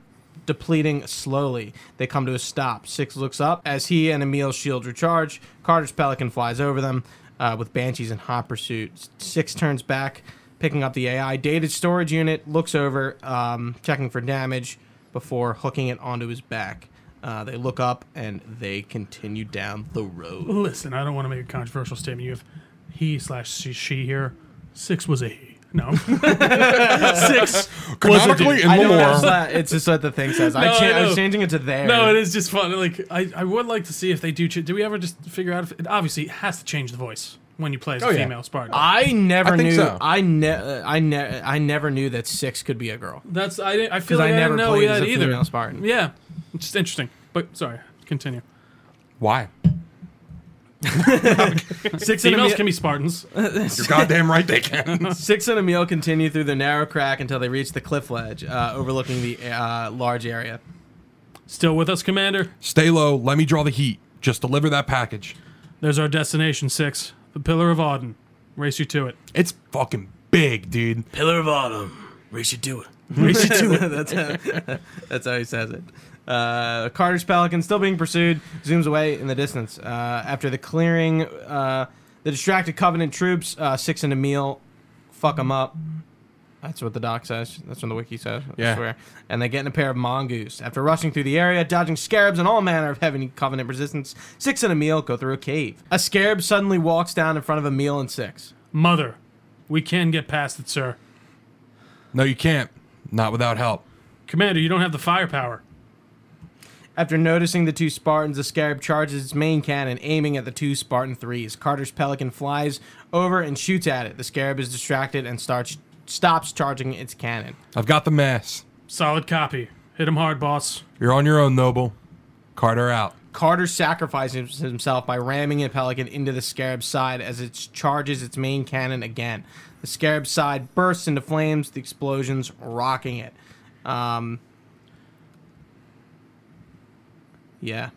Speaker 1: depleting slowly. They come to a stop. Six looks up as he and Emil's shield recharge. Carter's pelican flies over them uh, with banshees in hot pursuit. Six turns back, picking up the AI dated storage unit, looks over, um, checking for damage before hooking it onto his back. Uh, they look up and they continue down the road.
Speaker 2: Listen, I don't want to make a controversial statement. You have he slash she- she here. Six was a he. No. *laughs* Six. Was a
Speaker 3: Canonically
Speaker 2: dude.
Speaker 3: and
Speaker 1: I know that's
Speaker 3: more.
Speaker 1: not, it's just what the thing says. I,
Speaker 2: *laughs* No, I
Speaker 1: cha- I, was
Speaker 2: know.
Speaker 1: changing it to there.
Speaker 2: No, it is just fun. Like I, I would like to see if they do. Ch- do we ever just figure out if it obviously it has to change the voice when you play as a
Speaker 3: Oh, yeah.
Speaker 2: female Spartan?
Speaker 1: I never
Speaker 3: I think
Speaker 1: knew.
Speaker 3: so.
Speaker 1: I ne- uh, I ne- I never knew that six could be a girl.
Speaker 2: That's I. didn't- I feel
Speaker 1: 'Cause
Speaker 2: like
Speaker 1: I
Speaker 2: I,
Speaker 1: never
Speaker 2: didn't know
Speaker 1: played
Speaker 2: that
Speaker 1: as a
Speaker 2: either.
Speaker 1: female Spartan.
Speaker 2: Yeah, it's just interesting. But sorry, continue.
Speaker 3: *laughs* Why?
Speaker 1: Six and,
Speaker 2: Females
Speaker 1: Emil,
Speaker 2: can be Spartans.
Speaker 3: You're goddamn right they
Speaker 1: *laughs*
Speaker 3: can.
Speaker 1: six and Emil continue through the narrow crack until they reach the cliff ledge uh, overlooking the uh, large area.
Speaker 2: Still with us, Commander.
Speaker 3: Stay low. Let me draw the heat. Just deliver that package.
Speaker 2: There's our destination six, the Pillar of Auden. Race you to it.
Speaker 3: It's fucking big, dude.
Speaker 1: Pillar of Autumn. We should do it. *laughs* that's, how, that's how he says it. Uh, Carter's pelican, still being pursued, zooms away in the distance. Uh, after the clearing, uh, the distracted Covenant troops, uh, Six and Emil, fuck them up. That's what the doc says. That's what the wiki says. I
Speaker 3: Yeah.
Speaker 1: swear. And they get in a pair of mongoose. After rushing through the area, dodging scarabs and all manner of heavy covenant resistance, Six and Emil go through a cave. A scarab suddenly walks down in front of Emil and Six.
Speaker 2: Mother, we can get past it, sir.
Speaker 3: No, you can't. Not without help.
Speaker 2: Commander, you don't have the firepower.
Speaker 1: After noticing the two Spartans, the Scarab charges its main cannon, aiming at the two Spartan threes. Carter's Pelican flies over and shoots at it. The Scarab is distracted and starts stops charging its cannon.
Speaker 3: I've got the mass.
Speaker 2: Solid copy. Hit him hard, boss.
Speaker 3: You're on your own, Noble. Carter out.
Speaker 1: Carter sacrifices himself by ramming a Pelican into the Scarab's side as it charges its main cannon again. The Scarab's side bursts into flames, the explosions rocking it. Um, yeah.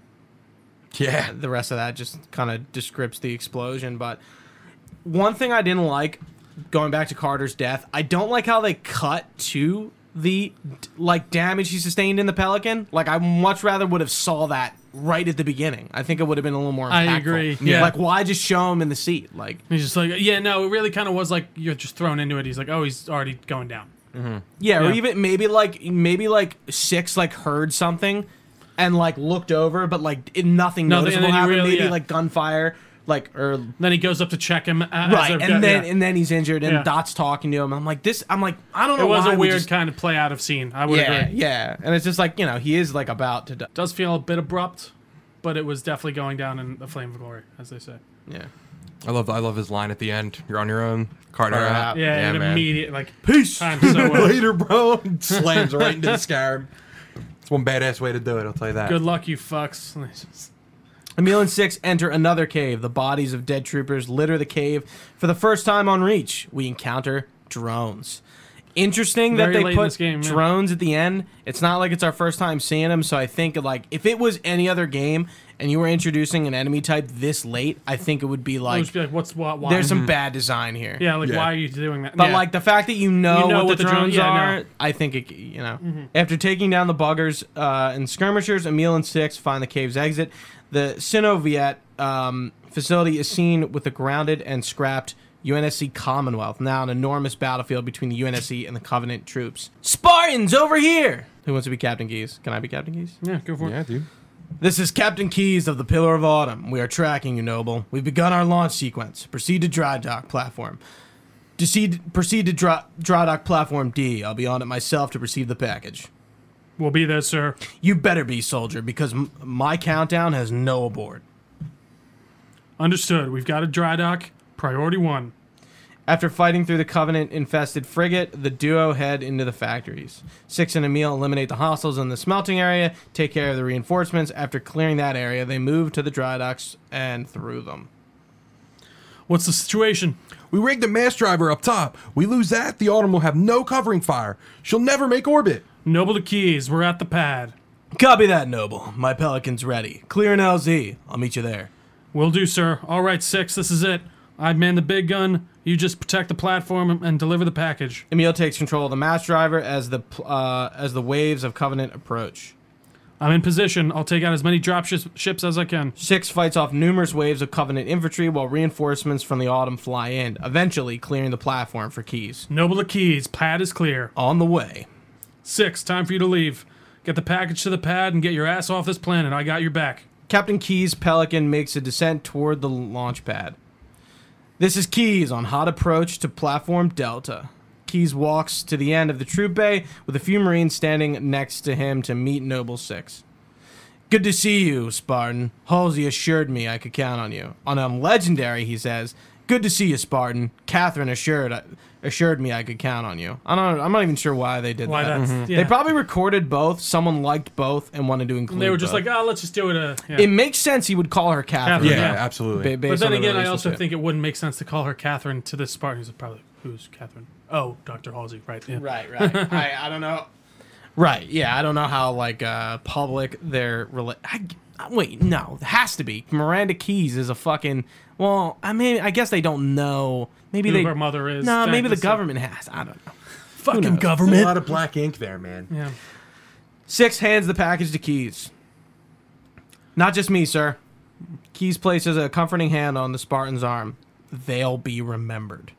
Speaker 3: Yeah.
Speaker 1: the rest of that just kind of describes the explosion. But one thing I didn't like, going back to Carter's death, I don't like how they cut to the like damage he sustained in the Pelican. Like I much rather would have saw that right at the beginning. I think it would have been a little more. Impactful.
Speaker 2: I agree, yeah.
Speaker 1: Like why just show him in the seat? Like
Speaker 2: He's just like, yeah, no, it really kind of was like you're just thrown into it. He's like, oh, he's already going down.
Speaker 1: yeah, or
Speaker 2: Yeah.
Speaker 1: even maybe like maybe like six like heard something and like looked over, but like it, nothing,
Speaker 2: Nothing,
Speaker 1: noticeable
Speaker 2: and then you
Speaker 1: happened.
Speaker 2: really-
Speaker 1: maybe
Speaker 2: yeah.
Speaker 1: like gunfire. Like or
Speaker 2: Then he goes up to check him. uh, as
Speaker 1: right
Speaker 2: they're-
Speaker 1: and then
Speaker 2: yeah.
Speaker 1: and then he's injured and
Speaker 2: Yeah.
Speaker 1: dot's talking to him i'm like this i'm like i don't know
Speaker 2: it was
Speaker 1: why
Speaker 2: a
Speaker 1: we
Speaker 2: weird
Speaker 1: just-
Speaker 2: kind of play out of scene. I would
Speaker 1: yeah
Speaker 2: agree.
Speaker 1: yeah and it's just like you know he is like about to die
Speaker 2: Does feel a bit abrupt, but it was definitely going down in the flame of glory, as they say.
Speaker 1: yeah
Speaker 3: I love I love his line at the end. You're on your own,
Speaker 1: Carter
Speaker 3: Carter. out.
Speaker 1: out.
Speaker 2: Yeah,
Speaker 3: Yeah,
Speaker 2: an
Speaker 3: man.
Speaker 2: immediate like
Speaker 3: Peace.
Speaker 1: *laughs*
Speaker 2: time so well.
Speaker 3: Later, bro. And *laughs* Slams right into the scarab. It's one badass way to do it. I'll tell you that.
Speaker 2: Good luck, you fucks. And they just-
Speaker 1: emil and six enter another cave the bodies of dead troopers litter the cave for the first time on reach we encounter drones interesting
Speaker 2: Very
Speaker 1: that
Speaker 2: late
Speaker 1: they
Speaker 2: in
Speaker 1: put
Speaker 2: this game, yeah.
Speaker 1: drones at the end it's not like it's our first time seeing them so i think like if it was any other game and you were introducing an enemy type this late i think it would be
Speaker 2: I
Speaker 1: like
Speaker 2: would just be like, what's what? Why?
Speaker 1: there's some bad design here
Speaker 2: yeah, like
Speaker 3: Yeah.
Speaker 2: why are you doing that?
Speaker 1: But
Speaker 2: Yeah.
Speaker 1: like the fact that you know,
Speaker 2: You know
Speaker 1: what,
Speaker 2: what
Speaker 1: the,
Speaker 2: the drone-
Speaker 1: drones
Speaker 2: yeah,
Speaker 1: are,
Speaker 2: no.
Speaker 1: I think it, you know. After taking down the buggers uh, and skirmishers, Emil and Six find the cave's exit. The Sinoviet um, facility is seen with the grounded and scrapped UNSC Commonwealth, now an enormous battlefield between the UNSC and the Covenant troops. Spartans over here! Who wants to be Captain Geese? Can I be Captain Geese?
Speaker 2: yeah, go for it.
Speaker 3: Yeah, dude.
Speaker 1: This is Captain Keys of the Pillar of Autumn. We are tracking you, Noble. We've begun our launch sequence. Proceed to dry dock platform. Proceed, proceed to dry, dry dock platform D. I'll be on it myself to receive the package.
Speaker 2: We'll be there, sir.
Speaker 1: You better be, soldier, because m- my countdown has no abort.
Speaker 2: Understood. We've got a dry dock. Priority one.
Speaker 1: After fighting through the Covenant infested frigate, the duo head into the factories. Six and Emil eliminate the hostiles in the smelting area, take care of the reinforcements. After clearing that area, they move to the dry docks and through them.
Speaker 2: What's the situation?
Speaker 3: We rigged the mass driver up top. We lose that, the Autumn will have no covering fire. She'll never make orbit.
Speaker 2: Noble to keys. We're at the pad.
Speaker 1: Copy that, Noble. My Pelican's ready. Clear an LZ. I'll meet you there.
Speaker 2: Will do, sir. All right, six. This is it. I man the big gun. You just protect the platform and deliver the package.
Speaker 1: Emil takes control of the mass driver as the pl- uh, as the waves of Covenant approach.
Speaker 2: I'm in position. I'll take out as many drop shi- ships as I can.
Speaker 1: Six fights off numerous waves of Covenant infantry while reinforcements from the Autumn fly in, eventually clearing the platform for keys.
Speaker 2: Noble to keys. Pad is clear.
Speaker 1: On the way,
Speaker 2: Six. Time for you to leave. Get the package to the pad and get your ass off this planet. I got your back.
Speaker 1: Captain Keys Pelican makes a descent toward the launch pad. This is Keys on hot approach to platform Delta. Keys walks to the end of the troop bay with a few Marines standing next to him to meet Noble Six. Good to see you, Spartan. Halsey assured me I could count on you. On um, Legendary, he says, Good to see you, Spartan. Catherine assured assured me I could count on you. I don't. I'm not even sure why they did
Speaker 2: Why
Speaker 1: that. Mm-hmm.
Speaker 2: that's- yeah.
Speaker 1: They probably recorded both. Someone liked both and wanted to include.
Speaker 2: They were just
Speaker 1: both.
Speaker 2: like, oh, let's just do it. Uh, yeah.
Speaker 1: It makes sense he would call her Catherine.
Speaker 2: Catherine, Yeah.
Speaker 3: absolutely.
Speaker 1: Ba- based
Speaker 2: but then
Speaker 1: on the
Speaker 2: again, I also
Speaker 1: relationship.
Speaker 2: think it wouldn't make sense to call her Catherine to this Spartan. Who's probably who's Catherine? Oh, Doctor Halsey, right? Yeah.
Speaker 1: Right, right.
Speaker 2: *laughs*
Speaker 1: I, I don't know. Right, yeah, I don't know how like uh public their rela- I, I- wait, no, it has to be. Miranda Keys is a fucking well, I mean, I guess they don't know. Maybe
Speaker 2: Who
Speaker 1: they
Speaker 2: her mother is.
Speaker 1: No,
Speaker 2: that-
Speaker 1: maybe the
Speaker 2: that's-
Speaker 1: government has. I don't know.
Speaker 2: Fucking
Speaker 4: A
Speaker 2: government.
Speaker 4: lot of black ink there, man.
Speaker 2: Yeah.
Speaker 1: Six hands the package to Keys. Not just me, sir. Keys places a comforting hand on the Spartan's arm. They'll be remembered.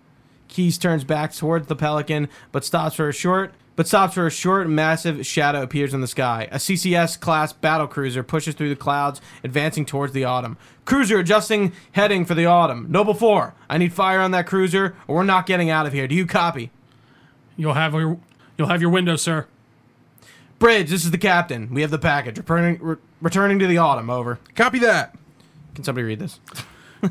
Speaker 1: Keys turns back towards the Pelican, but stops for a short. But stops for a short, massive shadow appears in the sky. A CCS class battle cruiser pushes through the clouds, advancing towards the autumn. Cruiser adjusting heading for the autumn. Noble Four, I need fire on that cruiser, or we're not getting out of here. Do you copy?
Speaker 2: You'll have your you'll have your window, sir. *laughs*
Speaker 1: Bridge, this is the captain. We have the package. Returning, re- returning to the autumn. Over.
Speaker 3: Copy that.
Speaker 1: Can somebody read this?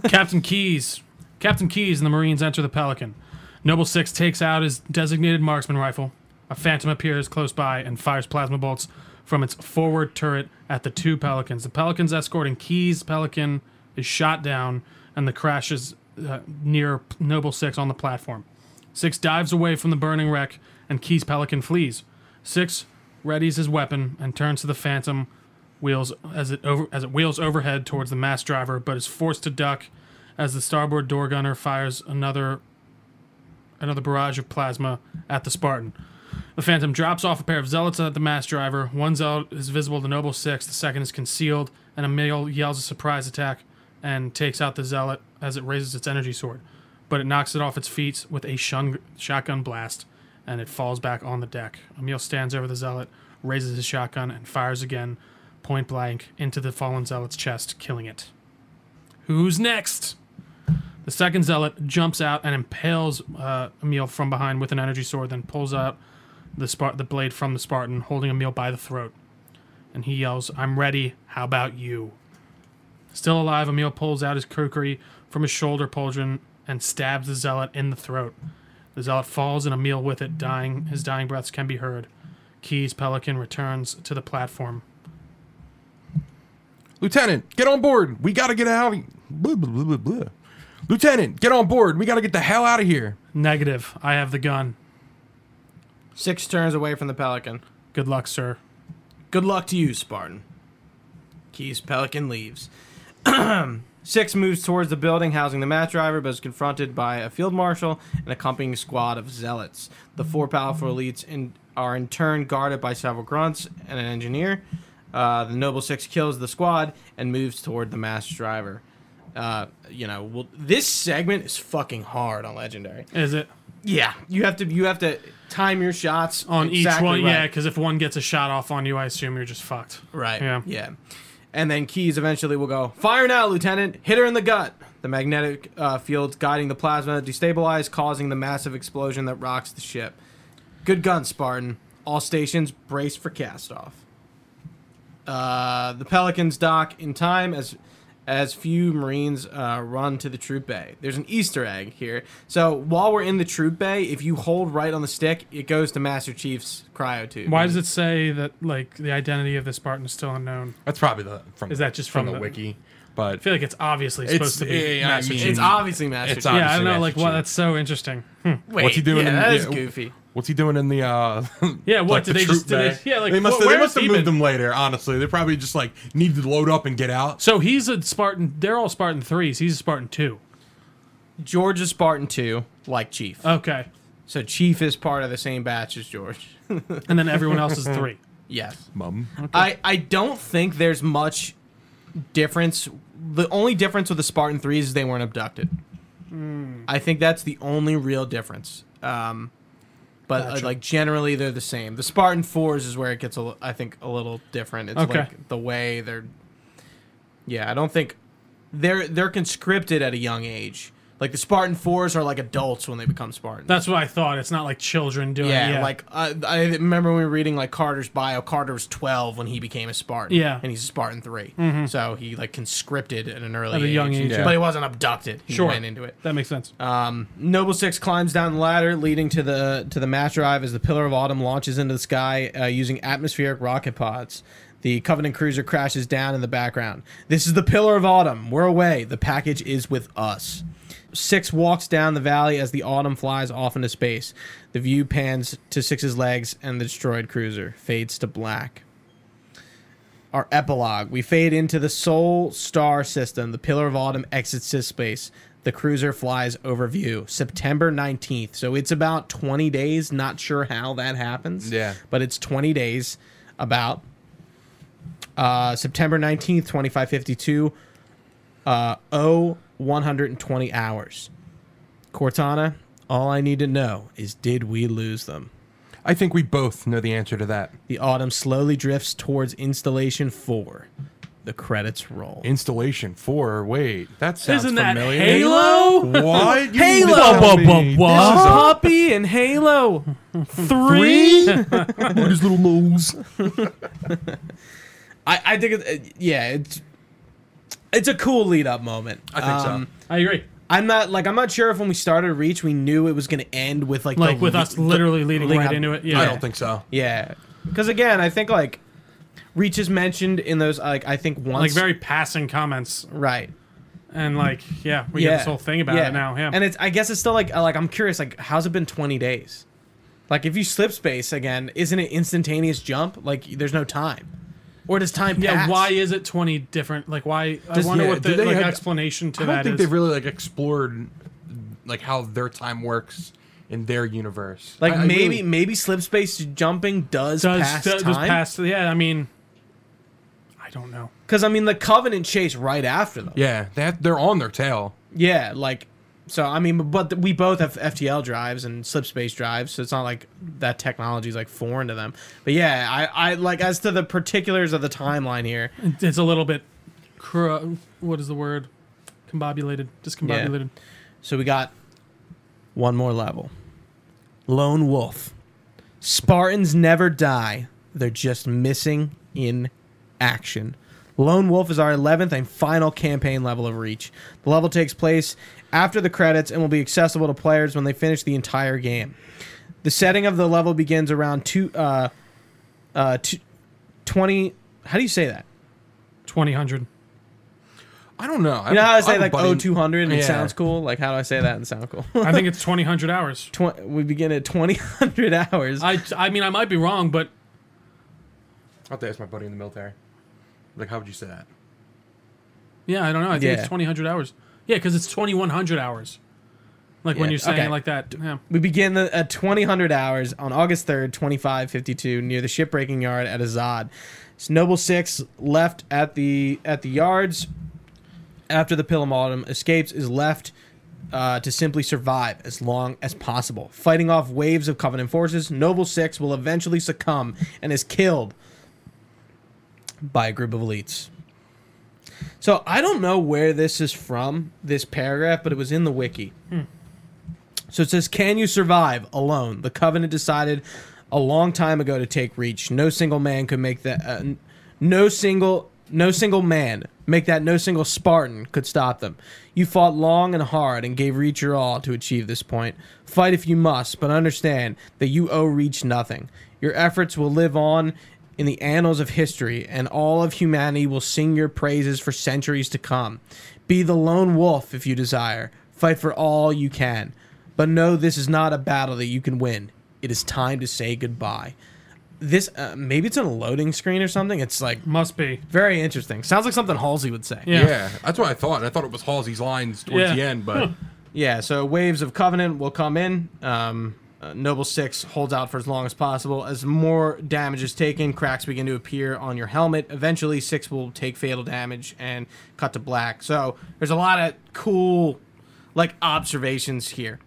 Speaker 2: Captain Keys. Captain Keys and the Marines enter the Pelican. Noble Six takes out his designated marksman rifle. A phantom appears close by and fires plasma bolts from its forward turret at the two Pelicans. The Pelicans escorting Keys Pelican is shot down, and the crash is uh, near Noble Six on the platform. Six dives away from the burning wreck, and Keys Pelican flees. Six readies his weapon and turns to the Phantom wheels as it over as it wheels overhead towards the mass driver, but is forced to duck as the starboard door gunner fires another another barrage of plasma at the Spartan. The Phantom drops off a pair of zealots at the mass driver. One zealot is visible to Noble Six, the second is concealed, and Emil yells a surprise attack and takes out the zealot as it raises its energy sword. But it knocks it off its feet with a shun- shotgun blast, and it falls back on the deck. Emil stands over the zealot, raises his shotgun, and fires again, point blank, into the fallen zealot's chest, killing it. Who's next? The second zealot jumps out and impales uh, Emil from behind with an energy sword, then pulls out the Spar- the blade from the Spartan, holding Emil by the throat. And he yells, "I'm ready. How about you?" Still alive, Emil pulls out his kukri from his shoulder pauldron and stabs the zealot in the throat. The zealot falls, and Emil with it, dying. His dying breaths can be heard. Keys Pelican returns to the platform.
Speaker 3: Lieutenant, get on board. We gotta get out. of- Blah, blah, blah, blah, blah. Lieutenant, get on board. We gotta get the hell out of here.
Speaker 2: Negative. I have the gun.
Speaker 1: Six turns away from the Pelican.
Speaker 2: Good luck, sir.
Speaker 1: Good luck to you, Spartan. Keys Pelican leaves. *clears throat* Six moves towards the building housing the match driver, but is confronted by a field marshal and accompanying squad of zealots. The four powerful elites in, are in turn guarded by several grunts and an engineer. Uh, the noble six kills the squad and moves toward the mass driver. Uh, you know, well, this segment is fucking hard on legendary.
Speaker 2: Is it
Speaker 1: Yeah, you have to you have to time your shots
Speaker 2: on
Speaker 1: exactly
Speaker 2: each one?
Speaker 1: right.
Speaker 2: Yeah, because if one gets a shot off on you, I assume you're just fucked.
Speaker 1: Right.
Speaker 2: Yeah.
Speaker 1: Yeah. And then Keys eventually will go, Fire now, Lieutenant! Hit her in the gut! The magnetic uh, fields guiding the plasma destabilize, causing the massive explosion that rocks the ship. Good gun, Spartan. All stations brace for castoff. Uh, the Pelicans dock in time as as few Marines uh, run to the troop bay. There's an Easter egg here. So while we're in the troop bay, if you hold right on the stick, it goes to Master Chief's cryo tube.
Speaker 2: Why does it say that like the identity of the Spartan is still unknown?
Speaker 3: That's probably the from.
Speaker 2: Is that just from
Speaker 3: from, the,
Speaker 2: the-
Speaker 3: wiki? But
Speaker 2: I feel like it's obviously supposed to be
Speaker 3: yeah, I
Speaker 2: Master
Speaker 3: mean-
Speaker 2: Chief.
Speaker 1: It's obviously Master
Speaker 3: It's
Speaker 1: Chief.
Speaker 2: yeah, I don't
Speaker 3: Obviously
Speaker 2: know. Like,
Speaker 3: Master
Speaker 2: wow,
Speaker 3: Chief.
Speaker 2: that's so interesting. *laughs* Hmm.
Speaker 1: Wait,
Speaker 3: what's he doing
Speaker 1: Yeah,
Speaker 3: in-
Speaker 1: that is
Speaker 3: yeah,
Speaker 1: goofy.
Speaker 3: what's he doing in the? uh
Speaker 2: Yeah, *laughs* what
Speaker 3: like
Speaker 2: did
Speaker 3: the
Speaker 2: they just?
Speaker 3: troop
Speaker 2: Did
Speaker 3: bay?
Speaker 2: they, yeah, like
Speaker 3: they must
Speaker 2: wh-
Speaker 3: they
Speaker 2: where
Speaker 3: must have
Speaker 2: has he
Speaker 3: moved
Speaker 2: been?
Speaker 3: him later. Honestly, they probably just like needed to load up and get out.
Speaker 2: So he's a Spartan. They're all Spartan threes. He's a Spartan two.
Speaker 1: George is Spartan too, like Chief.
Speaker 2: Okay,
Speaker 1: so Chief is part of the same batch as George. *laughs*
Speaker 2: and then everyone else
Speaker 3: *laughs*
Speaker 2: is three.
Speaker 1: yes.
Speaker 3: Mum.
Speaker 1: I, I don't think there's much difference. The only difference with the Spartan 3s is they weren't abducted.
Speaker 2: Hmm.
Speaker 1: I think that's the only real difference. Um, but uh,
Speaker 2: Gotcha.
Speaker 1: like generally they're the same. The Spartan 4s is where it gets a li- I think a little different. It's
Speaker 2: Okay.
Speaker 1: like the way they're Yeah, I don't think they're they're conscripted at a young age. Like the Spartan 4s are like adults when they become Spartans.
Speaker 2: That's what I thought. It's not like children doing.
Speaker 1: Yeah,
Speaker 2: it. yeah.
Speaker 1: like uh, I remember when we were reading like Carter's bio. Carter was twelve when he became a Spartan.
Speaker 2: Yeah. Mm-hmm.
Speaker 1: and he's a Spartan 3 so he like conscripted at an early
Speaker 2: At a young age,
Speaker 1: but
Speaker 2: yeah.
Speaker 1: he wasn't abducted. He
Speaker 2: Sure.
Speaker 1: went into it.
Speaker 2: that makes sense.
Speaker 3: oh,
Speaker 1: Um, Noble Six climbs down the ladder, leading to the to the match drive as the Pillar of Autumn launches into the sky uh, using atmospheric rocket pods. The Covenant cruiser crashes down in the background. This is the Pillar of Autumn. We're away. The package is with us. Six walks down the valley as the Autumn flies off into space. The view pans to Six's legs and the destroyed cruiser fades to black our epilogue. We fade into the Sol Star system. The Pillar of Autumn exits to space. The cruiser flies over view. September 19th. So it's about 20 days. Not sure how that happens.
Speaker 3: Yeah.
Speaker 1: But it's 20 days about. Uh, September 19th, 2552. Uh, oh, 120 hours. Cortana, all I need to know is did we lose them?
Speaker 3: I think we both know the answer to that.
Speaker 1: The autumn slowly drifts towards installation four. The credits roll.
Speaker 3: Installation four. Wait, that sounds
Speaker 2: Isn't that
Speaker 3: familiar.
Speaker 2: Halo?
Speaker 3: What? You
Speaker 1: Halo!
Speaker 3: mean to tell
Speaker 2: Bu- bu-
Speaker 3: me
Speaker 2: bu-
Speaker 3: this is a-
Speaker 1: Poppy and Halo
Speaker 2: Three.
Speaker 3: *laughs* What is little nose?
Speaker 1: *laughs* I, I think it, uh, yeah, it's it's a cool lead up moment. Um,
Speaker 3: I think so.
Speaker 2: I agree.
Speaker 1: I'm not like I'm not sure if when we started Reach we knew it was going to end with like
Speaker 2: Like
Speaker 1: the
Speaker 2: with
Speaker 1: le-
Speaker 2: us literally leading
Speaker 1: leading
Speaker 2: right
Speaker 1: up-
Speaker 2: into it. Yeah.
Speaker 3: I don't think so.
Speaker 1: yeah. Because again, I think like Reach is mentioned in those like I think once
Speaker 2: Like very passing comments,
Speaker 1: right.
Speaker 2: and like yeah, we get this whole thing about
Speaker 1: yeah.
Speaker 2: it now. Yeah.
Speaker 1: And it's I guess it's still like like I'm curious like how's it been 20 days? Like if you slip space again, isn't it instantaneous jump? Like there's no time. Or does time
Speaker 2: yeah,
Speaker 1: pass?
Speaker 2: why is it twenty different? Like, why?
Speaker 3: Does-
Speaker 2: I wonder
Speaker 3: yeah,
Speaker 2: what
Speaker 3: do
Speaker 2: the
Speaker 3: they
Speaker 2: like,
Speaker 3: have-
Speaker 2: explanation to
Speaker 3: I
Speaker 2: that
Speaker 3: don't think
Speaker 2: is.
Speaker 3: they've really like explored like how their time works in their universe.
Speaker 1: Like
Speaker 3: I- I
Speaker 1: maybe
Speaker 3: really-
Speaker 1: maybe slip space jumping does,
Speaker 2: does
Speaker 1: pass
Speaker 2: does, does
Speaker 1: time.
Speaker 2: pass? Yeah, I mean, I don't know.
Speaker 1: Because I mean the Covenant chase right after them. Yeah,
Speaker 3: yeah, they have, they're on their tail.
Speaker 1: like so I mean, but we both have FTL drives and slip space drives, so it's not like that technology is like foreign to them. But yeah, I I like as to the particulars of the timeline here.
Speaker 2: It's a little bit, cru- what is the word? Combobulated, discombobulated.
Speaker 1: So we got one more level. Lone Wolf. Spartans never die. They're just missing in action. Lone Wolf is our 11th and final campaign level of Reach. The level takes place after the credits and will be accessible to players when they finish the entire game. The setting of the level begins around two, uh, uh, two, 20. How do you say that?
Speaker 2: Twenty hundred.
Speaker 3: I don't know.
Speaker 1: You know how I
Speaker 3: have
Speaker 1: say
Speaker 3: a
Speaker 1: like oh,
Speaker 3: buddy-
Speaker 1: 0200 and it
Speaker 3: Yeah.
Speaker 1: sounds cool? Like, how do I say that and sound cool? *laughs*
Speaker 2: I think it's twenty hundred hours.
Speaker 1: tw- we begin at 2000 *laughs* hours.
Speaker 2: I I mean, I might be wrong, but
Speaker 3: I'll have to ask my buddy in the military. Like, how would you say that?
Speaker 2: yeah, I don't know. I think
Speaker 1: Yeah.
Speaker 2: it's twenty hundred hours. Yeah, because it's twenty one hundred hours. Like when
Speaker 1: Yeah,
Speaker 2: you're saying
Speaker 1: okay.
Speaker 2: it like that. Yeah.
Speaker 1: we begin the, at 2000 hours on August 3rd, 2552, near the shipbreaking yard at Azad. It's Noble Six left at the at the yards after the Pilamatum escapes is left uh, to simply survive as long as possible. Fighting off waves of Covenant forces, Noble Six will eventually succumb and is killed by a group of elites. So I don't know where this is from, this paragraph, but it was in the wiki. So it says, Can you survive alone? The Covenant decided a long time ago to take Reach. No single man could make that. Uh, n- no single. No single man, make that no single Spartan could stop them. You fought long and hard and gave Reach your all to achieve this point. Fight if you must, but understand that you owe Reach nothing. Your efforts will live on in the annals of history, and all of humanity will sing your praises for centuries to come. Be the lone wolf if you desire. Fight for all you can. But know this is not a battle that you can win. It is time to say goodbye. This uh, maybe it's on a loading screen or something. It's like
Speaker 2: Must be.
Speaker 1: very interesting. Sounds like something Halsey would say.
Speaker 2: Yeah.
Speaker 3: Yeah. that's what I thought. I thought it was Halsey's lines towards
Speaker 2: Yeah.
Speaker 3: the end, but
Speaker 1: Yeah, so waves of Covenant will come in. Um, uh, Noble Six holds out for as long as possible. As more damage is taken, cracks begin to appear on your helmet. Eventually, Six will take fatal damage and cut to black. So there's a lot of cool, like observations here.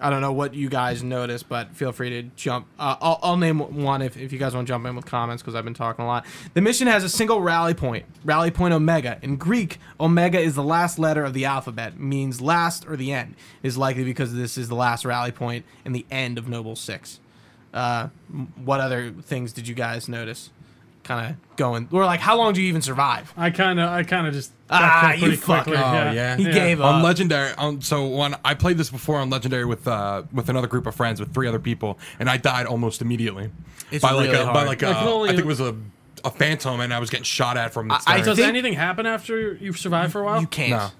Speaker 1: I don't know what you guys noticed, but feel free to jump. Uh, I'll, I'll name one if, if you guys want to jump in with comments because I've been talking a lot. The mission has a single rally point, rally point omega. In Greek, omega is the last letter of the alphabet, means last or the end. It is likely because this is the last rally point and the end of Noble Six. Uh, m- what other things did you guys notice? Kind of going, or like, how long do you even survive?
Speaker 2: I kind of, I kind of just. ducked
Speaker 1: Ah,
Speaker 2: that pretty
Speaker 1: you fucking-
Speaker 2: quickly.
Speaker 3: Oh, yeah.
Speaker 1: He gave up.
Speaker 3: on legendary on so when i played this before on legendary with uh with another group of friends with three other people and i died almost immediately
Speaker 1: It's
Speaker 3: by like
Speaker 1: really
Speaker 3: a, by
Speaker 1: hard.
Speaker 3: like
Speaker 2: I
Speaker 3: a,
Speaker 2: can only-
Speaker 3: I think it was a a phantom and i was getting shot at from the
Speaker 1: I- I
Speaker 3: stairs.
Speaker 2: Does
Speaker 1: think-
Speaker 2: anything happen after you survive for a while?
Speaker 1: you can't.
Speaker 3: no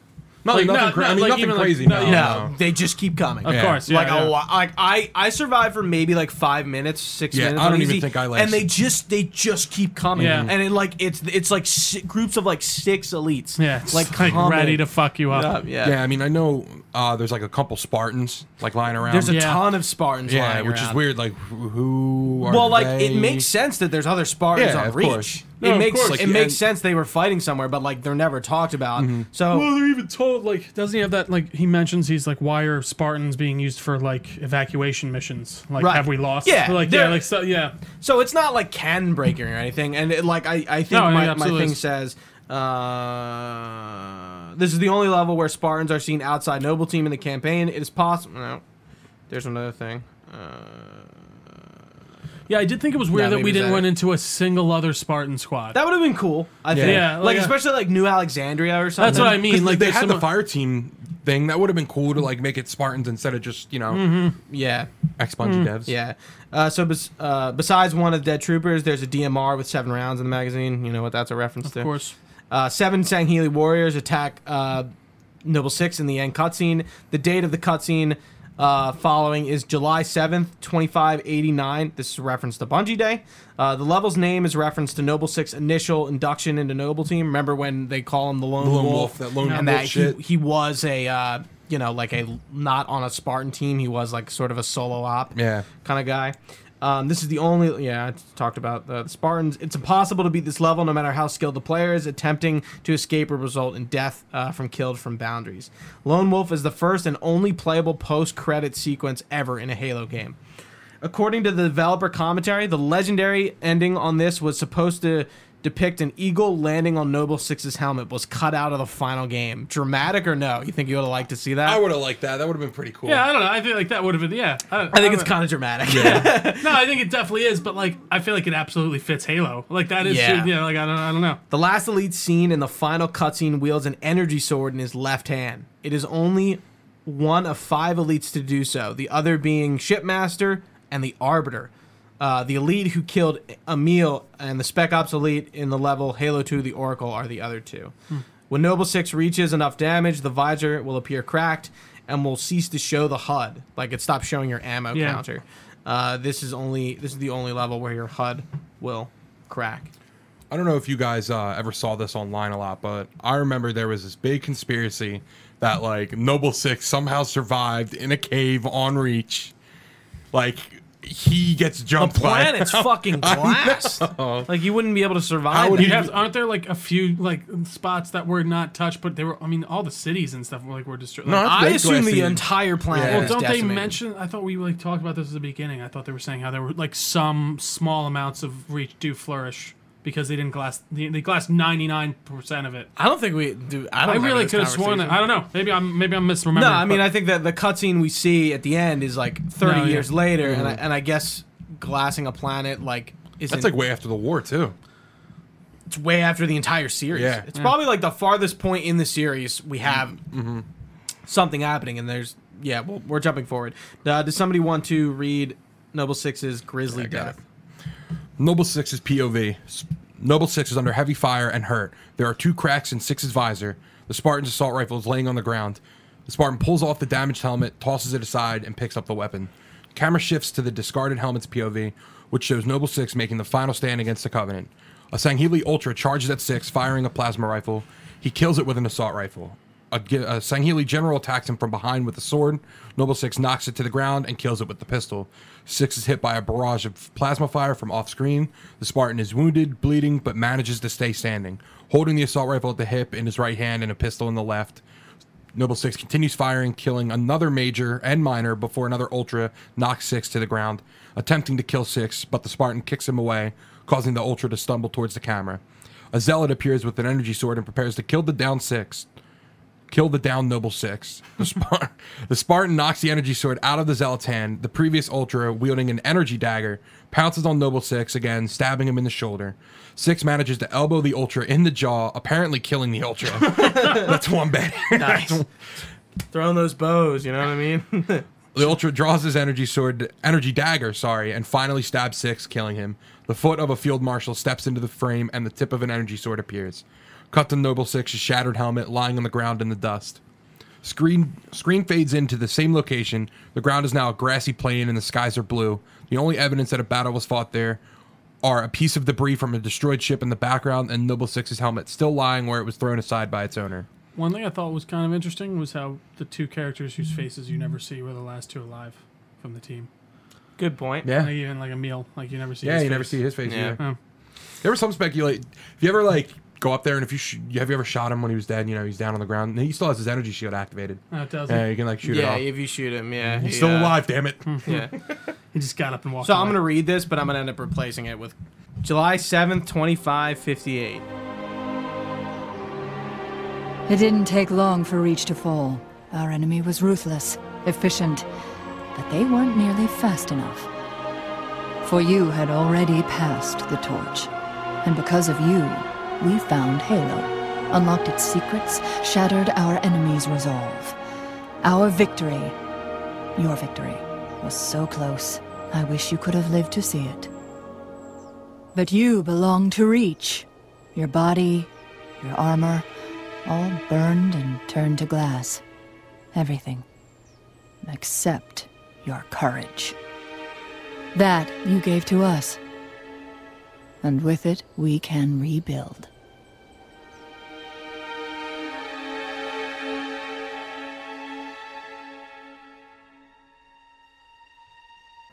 Speaker 3: no
Speaker 2: Like,
Speaker 3: nothing
Speaker 2: no,
Speaker 3: cra-
Speaker 2: no,
Speaker 3: i mean
Speaker 2: like,
Speaker 3: nothing
Speaker 2: even, like,
Speaker 3: crazy
Speaker 2: no,
Speaker 3: no,
Speaker 1: No,
Speaker 3: no.
Speaker 1: they just keep coming.
Speaker 2: Of
Speaker 3: Yeah.
Speaker 2: course. Yeah,
Speaker 1: like
Speaker 2: yeah.
Speaker 1: a lot. Like I, I survived for maybe like five minutes, six
Speaker 3: Yeah,
Speaker 1: minutes.
Speaker 3: I don't
Speaker 1: on
Speaker 3: even
Speaker 1: easy,
Speaker 3: think I
Speaker 1: And they
Speaker 3: lasted.
Speaker 1: just, they just keep coming.
Speaker 2: Yeah.
Speaker 1: And it like it's it's like si groups of like six elites.
Speaker 2: Yeah, it's like,
Speaker 1: coming
Speaker 2: ready to fuck you up.
Speaker 1: up, Yeah.
Speaker 3: yeah i mean i know uh there's like a couple spartans like lying around
Speaker 1: There's a
Speaker 2: Yeah.
Speaker 1: ton of Spartans.
Speaker 3: yeah
Speaker 1: lying
Speaker 3: which is
Speaker 1: around.
Speaker 3: weird like wh- who are
Speaker 1: Well, like it
Speaker 3: they?
Speaker 1: makes sense that there's other Spartans
Speaker 3: Yeah,
Speaker 1: on
Speaker 3: of
Speaker 1: Reach.
Speaker 3: course.
Speaker 2: No,
Speaker 1: it
Speaker 2: of
Speaker 1: makes it
Speaker 2: course.
Speaker 3: Like,
Speaker 1: makes
Speaker 3: and- Mm-hmm.
Speaker 1: sense they were fighting somewhere, but like they're never talked about. So
Speaker 2: Well, they're even told like doesn't he have that like he mentions he's like why are Spartans being used for like evacuation missions like
Speaker 1: Right.
Speaker 2: have we lost
Speaker 1: Yeah,
Speaker 2: like
Speaker 1: they're-
Speaker 2: yeah like so yeah
Speaker 1: So it's not like can breaking or anything, and it, like I, I think
Speaker 2: No, it
Speaker 1: my, my
Speaker 2: absolutely
Speaker 1: thing
Speaker 2: is.
Speaker 1: says uh, this is the only level where Spartans are seen outside noble team in the campaign. It is possible. No, there's another thing. Uh,
Speaker 2: yeah I did think it was weird
Speaker 1: Yeah,
Speaker 2: that
Speaker 1: maybe
Speaker 2: we didn't
Speaker 1: that-
Speaker 2: run into a single other Spartan squad
Speaker 1: that would have been cool. I think.
Speaker 2: Yeah,
Speaker 1: like
Speaker 2: like, uh,
Speaker 1: especially like New Alexandria or something.
Speaker 2: that's what I mean
Speaker 3: 'Cause
Speaker 2: like
Speaker 3: they
Speaker 2: there's
Speaker 3: had the
Speaker 2: some-
Speaker 3: fire team thing that would have been cool to like make it spartans instead of just you know
Speaker 1: Yeah,
Speaker 3: ex-bungie devs
Speaker 1: Mm-hmm. yeah. Uh, so bes- uh, besides one of the dead troopers, there's a DMR with seven rounds in the magazine. You know what that's a reference to?
Speaker 2: of course
Speaker 1: Uh, seven Sangheili warriors attack uh, Noble Six in the end cutscene. The date of the cutscene uh, following is July 7th, 2589. This is a reference to Bungie Day. Uh, the level's name is reference to Noble Six initial induction into Noble Team. Remember when they call him the Lone,
Speaker 3: The lone
Speaker 1: wolf,
Speaker 3: wolf, that lone
Speaker 1: and
Speaker 3: wolf
Speaker 1: that
Speaker 3: shit.
Speaker 1: He, he was a. Uh, you know, like a not on a Spartan team. He was like sort of a solo op
Speaker 3: yeah
Speaker 1: kind of guy. Um, this is the only, yeah, I talked about the, the Spartans. It's impossible to beat this level no matter how skilled the player is. Attempting to escape will result in death uh, from killed from boundaries. Lone Wolf is the first and only playable post credit sequence ever in a Halo game. According to the developer commentary, the legendary ending on this was supposed to depict an eagle landing on Noble Six's helmet was cut out of the final game. Dramatic or no? You think you would have liked to see that?
Speaker 3: I would have liked that. That would have been pretty cool.
Speaker 2: yeah I don't know I think like that would have been yeah I, don't-
Speaker 1: I think
Speaker 2: I
Speaker 1: it's
Speaker 2: don't
Speaker 1: kind of dramatic.
Speaker 2: know. no I think it definitely is but like I feel like it absolutely fits Halo like that is
Speaker 1: Yeah.
Speaker 2: yeah, like I don't I don't know
Speaker 1: The last elite scene in the final cutscene wields an energy sword in his left hand. It is only one of five elites to do so, the other being Shipmaster and the Arbiter. Uh, the elite who killed Emil and the Spec Ops elite in the level Halo 2 the Oracle are the other two. When Noble 6 reaches enough damage, the visor will appear cracked and will cease to show the HUD. Like it stops showing your ammo
Speaker 2: Yeah.
Speaker 1: counter. Uh, this is only this is the only level where your HUD will crack.
Speaker 3: I don't know if you guys uh, ever saw this online a lot, but I remember there was this big conspiracy that like Noble Six somehow survived in a cave on Reach. Like he gets
Speaker 1: The
Speaker 3: *laughs* jumped
Speaker 1: planet's *laughs*
Speaker 3: by.
Speaker 1: fucking glass. Like you wouldn't be able to survive.
Speaker 3: How would
Speaker 1: that.
Speaker 2: you have aren't there like a few like spots that were not touched but they were I mean all the cities and stuff were like were destroyed
Speaker 3: No,
Speaker 2: like,
Speaker 3: that's
Speaker 1: I
Speaker 3: big
Speaker 1: assume the
Speaker 3: glassy.
Speaker 1: entire planet.
Speaker 3: Yeah.
Speaker 1: Well,
Speaker 3: Well,
Speaker 2: Don't they mention? I thought we like talked about this at the beginning. I thought they were saying how there were like some small amounts of reach do flourish because they didn't glass they, they glassed ninety nine percent of it.
Speaker 1: I don't think we do. I
Speaker 2: I,
Speaker 1: don't.
Speaker 2: really could have sworn that. I don't know. Maybe I'm maybe I'm misremembering.
Speaker 1: No, I mean
Speaker 2: but-
Speaker 1: I think that the cutscene we see at the end is like 30
Speaker 2: No, yeah.
Speaker 1: years later, and I, and I guess glassing a planet like is
Speaker 3: That's like way after the war too.
Speaker 1: it's way after the entire series.
Speaker 3: Yeah.
Speaker 1: It's probably like the farthest point in the series we have something happening, and there's yeah, well, we're jumping forward. Uh, does somebody want to read Noble Six's Grizzly
Speaker 3: got
Speaker 1: Death?
Speaker 3: it. Noble Six is POV. S- Noble Six is under heavy fire and hurt. There are two cracks in Six's visor. The Spartan's assault rifle is laying on the ground. The Spartan pulls off the damaged helmet, tosses it aside, and picks up the weapon. Camera shifts to the discarded helmet's POV, which shows Noble Six making the final stand against the Covenant. A Sangheili Ultra charges at Six, firing a plasma rifle. He kills it with an assault rifle. A, gi- a Sangheili general attacks him from behind with a sword. Noble Six knocks it to the ground and kills it with the pistol. Six is hit by a barrage of plasma fire from off screen. The Spartan is wounded, bleeding, but manages to stay standing, holding the assault rifle at the hip in his right hand and a pistol in the left. Noble Six continues firing, killing another major and minor before another Ultra knocks Six to the ground, attempting to kill Six, but the Spartan kicks him away, causing the Ultra to stumble towards the camera. A Zealot appears with an energy sword and prepares to kill the down Six. Kill the down Noble Six. The, Spar- the Spartan knocks the energy sword out of the Zealot's hand. The previous Ultra, wielding an energy dagger, pounces on Noble Six again, stabbing him in the shoulder. Six manages to elbow the Ultra in the jaw, apparently killing the Ultra. That's one bad. *laughs*
Speaker 1: Nice. *laughs* Throwing those bows, you know what I mean? *laughs*
Speaker 3: The Ultra draws his energy sword, energy dagger, sorry, and finally stabs Six, killing him. The foot of a field marshal steps into the frame, and the tip of an energy sword appears. Cut to Noble Six's shattered helmet lying on the ground in the dust. Screen screen fades into the same location. The ground is now a grassy plain, and the skies are blue. The only evidence that a battle was fought there are a piece of debris from a destroyed ship in the background, and Noble Six's helmet still lying where it was thrown aside by its owner.
Speaker 2: One thing I thought was kind of interesting was how the two characters whose faces you never see were the last two alive from the team.
Speaker 1: Good point.
Speaker 2: Like even like a meal, like you never see.
Speaker 3: Yeah,
Speaker 2: his
Speaker 3: you never
Speaker 2: face.
Speaker 3: see his face.
Speaker 1: Yeah.
Speaker 3: either.
Speaker 2: Oh.
Speaker 3: There was some speculate. If you ever like go up there and if you sh- have you ever shot him when he was dead, you know he's down on the ground. And he still has his energy shield activated.
Speaker 2: No, Oh, it doesn't.
Speaker 3: Yeah, you can like shoot
Speaker 1: yeah,
Speaker 3: it off.
Speaker 1: if you shoot him, yeah.
Speaker 3: he's still
Speaker 1: yeah.
Speaker 3: alive. Damn it!
Speaker 2: Hmm.
Speaker 1: Yeah.
Speaker 2: He just got up and walked.
Speaker 1: So I'm
Speaker 2: away.
Speaker 1: going to read this, but I'm going to end up replacing it with July 7th, 2558.
Speaker 4: It didn't take long for Reach to fall. Our enemy was ruthless, efficient, but they weren't nearly fast enough. For you had already passed the torch, and because of you, we found Halo, unlocked its secrets, shattered our enemy's resolve. Our victory, your victory, was so close. I wish you could have lived to see it. But you belong to Reach. Your body, your armor, all burned and turned to glass. Everything. Except your courage. That you gave to us. And with it, we can rebuild.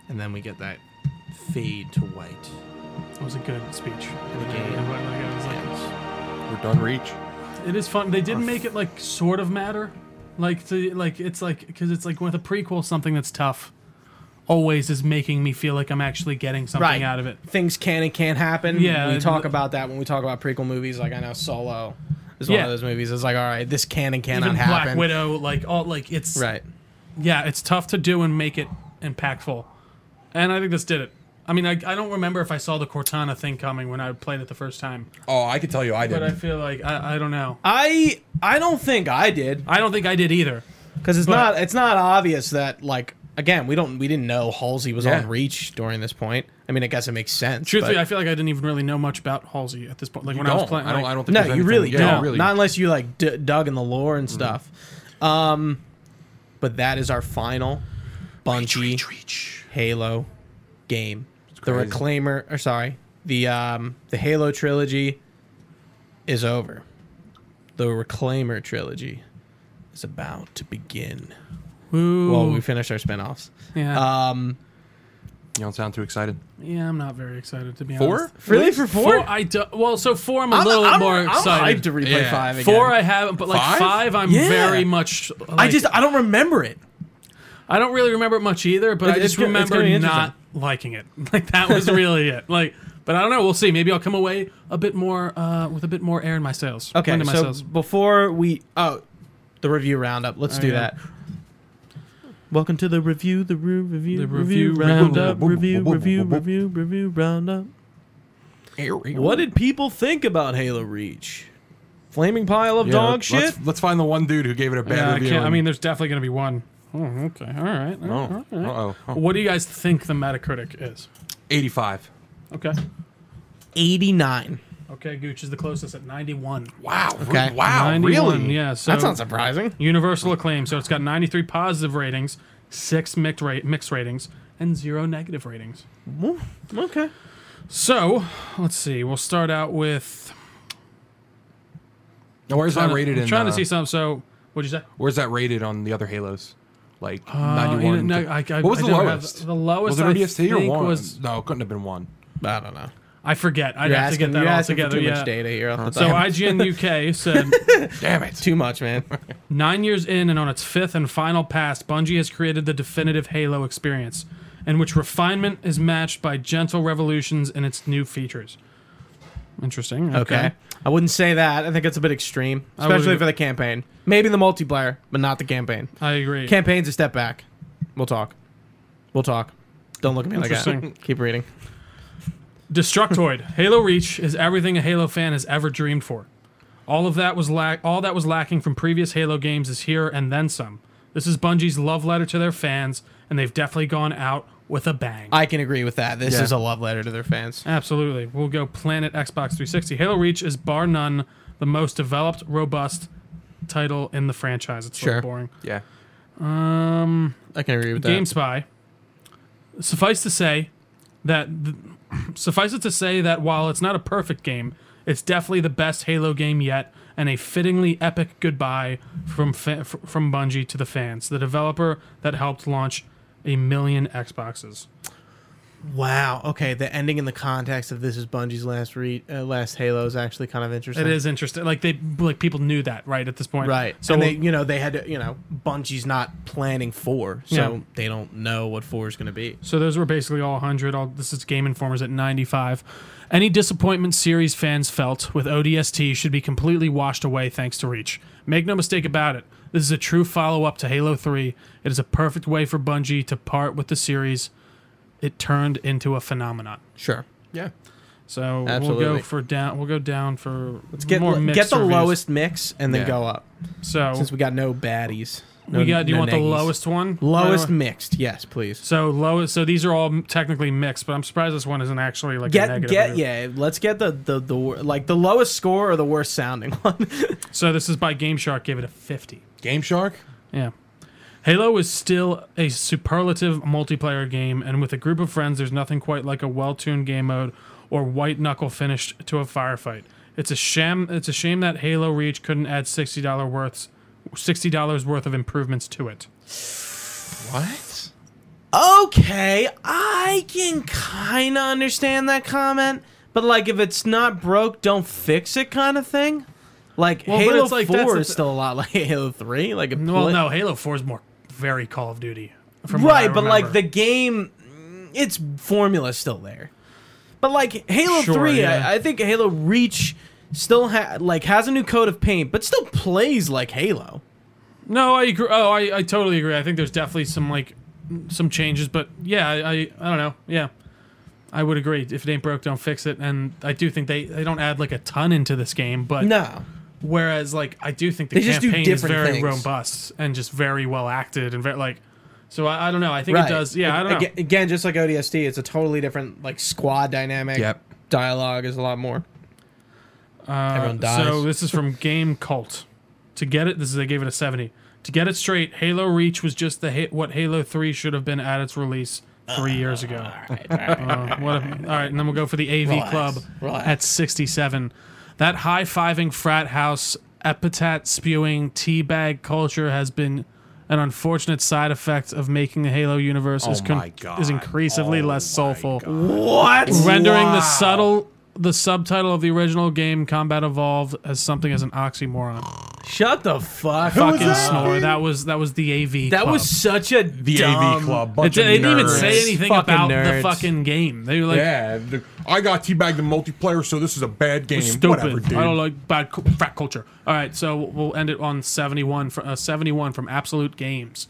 Speaker 1: And then we get that fade to white.
Speaker 2: It was a good speech. And
Speaker 1: Okay.
Speaker 2: then everybody, like, I was like-
Speaker 3: We're done. Reach.
Speaker 2: It is fun. They did make it like sort of matter, like to like it's like because it's like with a prequel, something that's tough always is making me feel like I'm actually getting something
Speaker 1: Right.
Speaker 2: out of it.
Speaker 1: Things can and can't happen.
Speaker 2: Yeah,
Speaker 1: We
Speaker 2: it-
Speaker 1: talk about that when we talk about prequel movies. Like, I know Solo is one
Speaker 2: Yeah.
Speaker 1: of those movies. It's like, all right, this can and cannot
Speaker 2: Even
Speaker 1: happen.
Speaker 2: Black Widow, like all like it's
Speaker 1: Right.
Speaker 2: yeah, it's tough to do and make it impactful. And I think this did it. I mean, I, I don't remember if I saw the Cortana thing coming when I played it the first time,
Speaker 3: Oh, I can tell you, I did.
Speaker 2: but I
Speaker 3: not
Speaker 2: feel like I, I don't know.
Speaker 1: I I don't think I did.
Speaker 2: I don't think I did either.
Speaker 1: because it's
Speaker 2: But-
Speaker 1: not it's not obvious that like again we don't we didn't know Halsey was
Speaker 3: Yeah.
Speaker 1: on Reach during this point. I mean, I guess it makes sense.
Speaker 2: Truthfully,
Speaker 1: but-
Speaker 2: I feel like I didn't even really know much about Halsey at this point. Like when I was playing,
Speaker 3: I don't.
Speaker 2: like-
Speaker 3: I don't think.
Speaker 1: no,
Speaker 3: there's
Speaker 1: you
Speaker 3: anything-
Speaker 1: really
Speaker 3: yeah,
Speaker 1: don't.
Speaker 3: Really.
Speaker 1: Not unless you like d- dug in the lore
Speaker 2: Mm-hmm.
Speaker 1: and stuff. Um, but that is our final Bungie Halo game. The
Speaker 3: crazy.
Speaker 1: Reclaimer, or sorry, the um the Halo trilogy is over. The Reclaimer trilogy is about to begin.
Speaker 2: Ooh.
Speaker 1: Well, we finished our spinoffs.
Speaker 2: yeah.
Speaker 1: Um,
Speaker 3: you don't sound too excited.
Speaker 2: Yeah, I'm not very excited to be
Speaker 3: Four?
Speaker 2: honest.
Speaker 1: Really? For four?
Speaker 2: I do, well, so four I'm a little more
Speaker 1: hyped
Speaker 2: excited.
Speaker 1: to replay
Speaker 3: Yeah.
Speaker 1: five again.
Speaker 2: four I haven't, but like
Speaker 3: Five?
Speaker 2: five, I'm
Speaker 1: Yeah.
Speaker 2: very much.
Speaker 1: I
Speaker 2: like-
Speaker 1: just I don't remember it.
Speaker 2: I don't really remember it much either, but
Speaker 1: It-
Speaker 2: I
Speaker 1: it's
Speaker 2: just
Speaker 1: gonna- it's gonna
Speaker 2: remember
Speaker 1: be interesting.
Speaker 2: not liking it. *laughs* Like that was really it. Like, but I don't know. We'll see. Maybe I'll come away a bit more uh, with a bit more air in my sails.
Speaker 1: Okay,
Speaker 2: wind in my
Speaker 1: so
Speaker 2: sails.
Speaker 1: before we oh, the review roundup. Let's do
Speaker 2: Oh, yeah.
Speaker 1: that. Welcome to the review, the review, review, *laughs*
Speaker 2: The review roundup.
Speaker 1: review, review, review roundup. What did people think about Halo Reach? Flaming pile of
Speaker 3: Yeah,
Speaker 1: dog
Speaker 3: let's-
Speaker 1: shit.
Speaker 3: Let's, find the one dude who gave it a bad
Speaker 2: Yeah, I,
Speaker 3: review.
Speaker 2: can't, I
Speaker 3: and-
Speaker 2: mean, there's definitely going to be one. Oh, okay. All right. all right,
Speaker 3: oh,
Speaker 2: all right.
Speaker 3: uh-oh. oh,
Speaker 2: What do you guys think the Metacritic is?
Speaker 3: 85.
Speaker 2: Okay.
Speaker 1: 89.
Speaker 2: Okay, Gooch is the closest at 91.
Speaker 3: Wow. re-
Speaker 1: Okay.
Speaker 3: Wow.
Speaker 2: 91,
Speaker 3: Really?
Speaker 2: Yeah. So
Speaker 1: That's not surprising.
Speaker 2: universal acclaim. So it's got 93 positive ratings, six mixed, ra- mixed ratings, and zero negative ratings.
Speaker 1: Okay.
Speaker 2: So let's see. We'll start out with.
Speaker 3: Now, where's that
Speaker 2: I'm
Speaker 3: rated in?
Speaker 2: trying
Speaker 3: uh,
Speaker 2: to see some. So what'd you say?
Speaker 3: Where's that rated on the other Halos? Like
Speaker 2: Uh,
Speaker 3: 91.
Speaker 2: no,
Speaker 3: to-
Speaker 2: I- I-
Speaker 3: what was
Speaker 2: I
Speaker 3: the
Speaker 2: don't have-
Speaker 3: lowest?
Speaker 2: the lowest
Speaker 3: Was it
Speaker 2: I
Speaker 3: ODST or
Speaker 2: think
Speaker 3: one?
Speaker 2: was-
Speaker 3: no, it couldn't have been one.
Speaker 1: I don't know.
Speaker 2: I forget. I'd
Speaker 1: You're
Speaker 2: have to
Speaker 1: asking,
Speaker 2: get that
Speaker 1: you're
Speaker 2: all
Speaker 1: asking
Speaker 2: together.
Speaker 1: for too
Speaker 2: yeah.
Speaker 1: *laughs* much data here. off the
Speaker 2: So
Speaker 1: top.
Speaker 2: IGN UK said
Speaker 3: Damn it.
Speaker 1: too much, man.
Speaker 2: Nine years in and on its fifth and final pass, Bungie has created the definitive Halo experience, in which refinement is matched by gentle revolutions in its new features. Interesting. Okay.
Speaker 1: Okay. I wouldn't say that. I think it's a bit extreme,
Speaker 2: I would've-
Speaker 1: especially for the campaign. Maybe the multiplayer, but not the campaign.
Speaker 2: I agree.
Speaker 1: Campaign's a step back. We'll talk. We'll talk. Don't look at me like
Speaker 2: Interesting.
Speaker 1: that. *laughs* Keep reading.
Speaker 2: Destructoid. *laughs* Halo Reach is everything a Halo fan has ever dreamed for. All of that was lack all that was lacking from previous Halo games is here and then some. This is Bungie's love letter to their fans, and they've definitely gone out with a bang.
Speaker 1: I can agree with that. This
Speaker 3: Yeah.
Speaker 1: is a love letter to their fans.
Speaker 2: Absolutely. We'll go Planet Xbox 360. Halo Reach is bar none the most developed, robust title in the franchise. It's sort
Speaker 1: Sure.
Speaker 2: of boring.
Speaker 3: Yeah.
Speaker 1: I can agree with that.
Speaker 2: Game Spy. Suffice to say that th- suffice it to say that while it's not a perfect game, it's definitely the best Halo game yet, and a fittingly epic goodbye from fa- f- from Bungie to the fans, the developer that helped launch a million Xboxes.
Speaker 1: Wow. Okay. The ending in the context of this is Bungie's last re- uh, last Halo is actually kind of interesting.
Speaker 2: It is interesting. Like they like people knew that right at this point.
Speaker 1: Right. So
Speaker 2: So
Speaker 1: and they, you know, they had to, you know, Bungie's not planning four, so
Speaker 2: Yeah.
Speaker 1: they don't know what four is going to be.
Speaker 2: So those were basically all 100. All this is Game Informer's at 95. Any disappointment series fans felt with ODST should be completely washed away thanks to Reach. Make no mistake about it. This is a true follow-up to Halo 3. It is a perfect way for Bungie to part with the series. It turned into a phenomenon.
Speaker 1: Sure.
Speaker 3: Yeah.
Speaker 2: So we'll
Speaker 1: Absolutely.
Speaker 2: go for down. We'll go down for
Speaker 1: Let's get
Speaker 2: more mixed
Speaker 1: get the
Speaker 2: reviews.
Speaker 1: lowest mix and then
Speaker 3: Yeah.
Speaker 1: go up
Speaker 2: So
Speaker 1: since we got no baddies. No,
Speaker 2: Oh. we got. Do you
Speaker 1: no
Speaker 2: want the
Speaker 1: neggies.
Speaker 2: lowest Uh, one?
Speaker 1: Lowest
Speaker 2: By the way?
Speaker 1: mixed, yes, please.
Speaker 2: So lowest. So these are all m- technically mixed, but I'm surprised this one isn't actually like a
Speaker 1: Get
Speaker 2: negative.
Speaker 1: get
Speaker 2: review.
Speaker 1: yeah. Let's get the the the wor- like the lowest score or the worst sounding *laughs* one.
Speaker 2: So this is by Game Shark. Gave it a 50.
Speaker 3: Game Shark?
Speaker 2: Yeah. Halo is still a superlative multiplayer game, and with a group of friends, there's nothing quite like a well-tuned game mode or white knuckle finish to a firefight. It's a sham. It's a shame that Halo Reach couldn't add sixty dollars worth, sixty dollars worth of improvements to it.
Speaker 3: What?
Speaker 1: okay, I can kind of understand that comment, but like if it's not broke, don't fix it, kind of thing. Like
Speaker 2: Well, but
Speaker 1: Halo
Speaker 2: it's like- that's
Speaker 1: Four
Speaker 2: the
Speaker 1: is
Speaker 2: th-
Speaker 1: still a lot like *laughs* Halo Three. Like a
Speaker 2: Well,
Speaker 1: pla-
Speaker 2: no, Halo Four is more very Call of Duty. From what I
Speaker 1: right but like
Speaker 2: remember.
Speaker 1: the game mm, its formula's still there but like halo
Speaker 2: Sure,
Speaker 1: 3
Speaker 2: yeah.
Speaker 1: I, I think halo reach still ha- like has a new coat of paint but still plays like halo
Speaker 2: no, I agree. Oh, I, I totally agree. I think there's definitely some like some changes, but yeah, I, I I don't know. Yeah, I would agree. If it ain't broke, don't fix it. And I do think they they don't add like a ton into this game, but
Speaker 1: no
Speaker 2: whereas like I do think the
Speaker 1: They just do
Speaker 2: campaign is
Speaker 1: different
Speaker 2: very
Speaker 1: things.
Speaker 2: robust and just very well acted and very like. So I, I don't know. I think
Speaker 1: right
Speaker 2: it does. Yeah, I don't know.
Speaker 1: again, again just like odst it's a totally different like squad dynamic
Speaker 3: Yep.
Speaker 1: dialogue is a lot more everyone dies
Speaker 2: Uh, So this is from Game Cult. To get it, this is they gave it a 70. To get it straight, Halo Reach was just the hit what Halo 3 should have been at its release three
Speaker 3: Ah,
Speaker 2: years ago. Uh, what a- all right, and then we'll go for the AV
Speaker 1: Relax,
Speaker 2: Club
Speaker 1: relax.
Speaker 2: at 67. That high fiving frat house epithet spewing teabag culture has been an unfortunate side effect of making the Halo universe is,
Speaker 3: Oh
Speaker 2: con-
Speaker 3: my God.
Speaker 2: is increasingly
Speaker 3: Oh
Speaker 2: less
Speaker 3: my
Speaker 2: soulful
Speaker 1: what
Speaker 2: rendering
Speaker 3: Wow.
Speaker 2: the subtle the subtitle of the original game Combat Evolved as something as an oxymoron.
Speaker 1: shut the fuck
Speaker 2: Fucking
Speaker 1: up.
Speaker 2: snore. That was that was the AV.
Speaker 1: that
Speaker 2: club.
Speaker 1: was such a
Speaker 3: The
Speaker 1: dumb
Speaker 3: AV Club.
Speaker 2: It,
Speaker 3: Bunch
Speaker 2: di-
Speaker 3: of
Speaker 2: they didn't even
Speaker 3: nerds.
Speaker 2: say anything
Speaker 1: Fucking
Speaker 2: about the
Speaker 1: nerds.
Speaker 2: fucking game. They were like,
Speaker 3: Yeah. the- I got teabagged in multiplayer, so this is a bad game.
Speaker 2: stupid.
Speaker 3: Whatever, dude.
Speaker 2: I don't like bad cu- frat culture. All right, so we'll end it on 71 from uh, 71 from Absolute Games.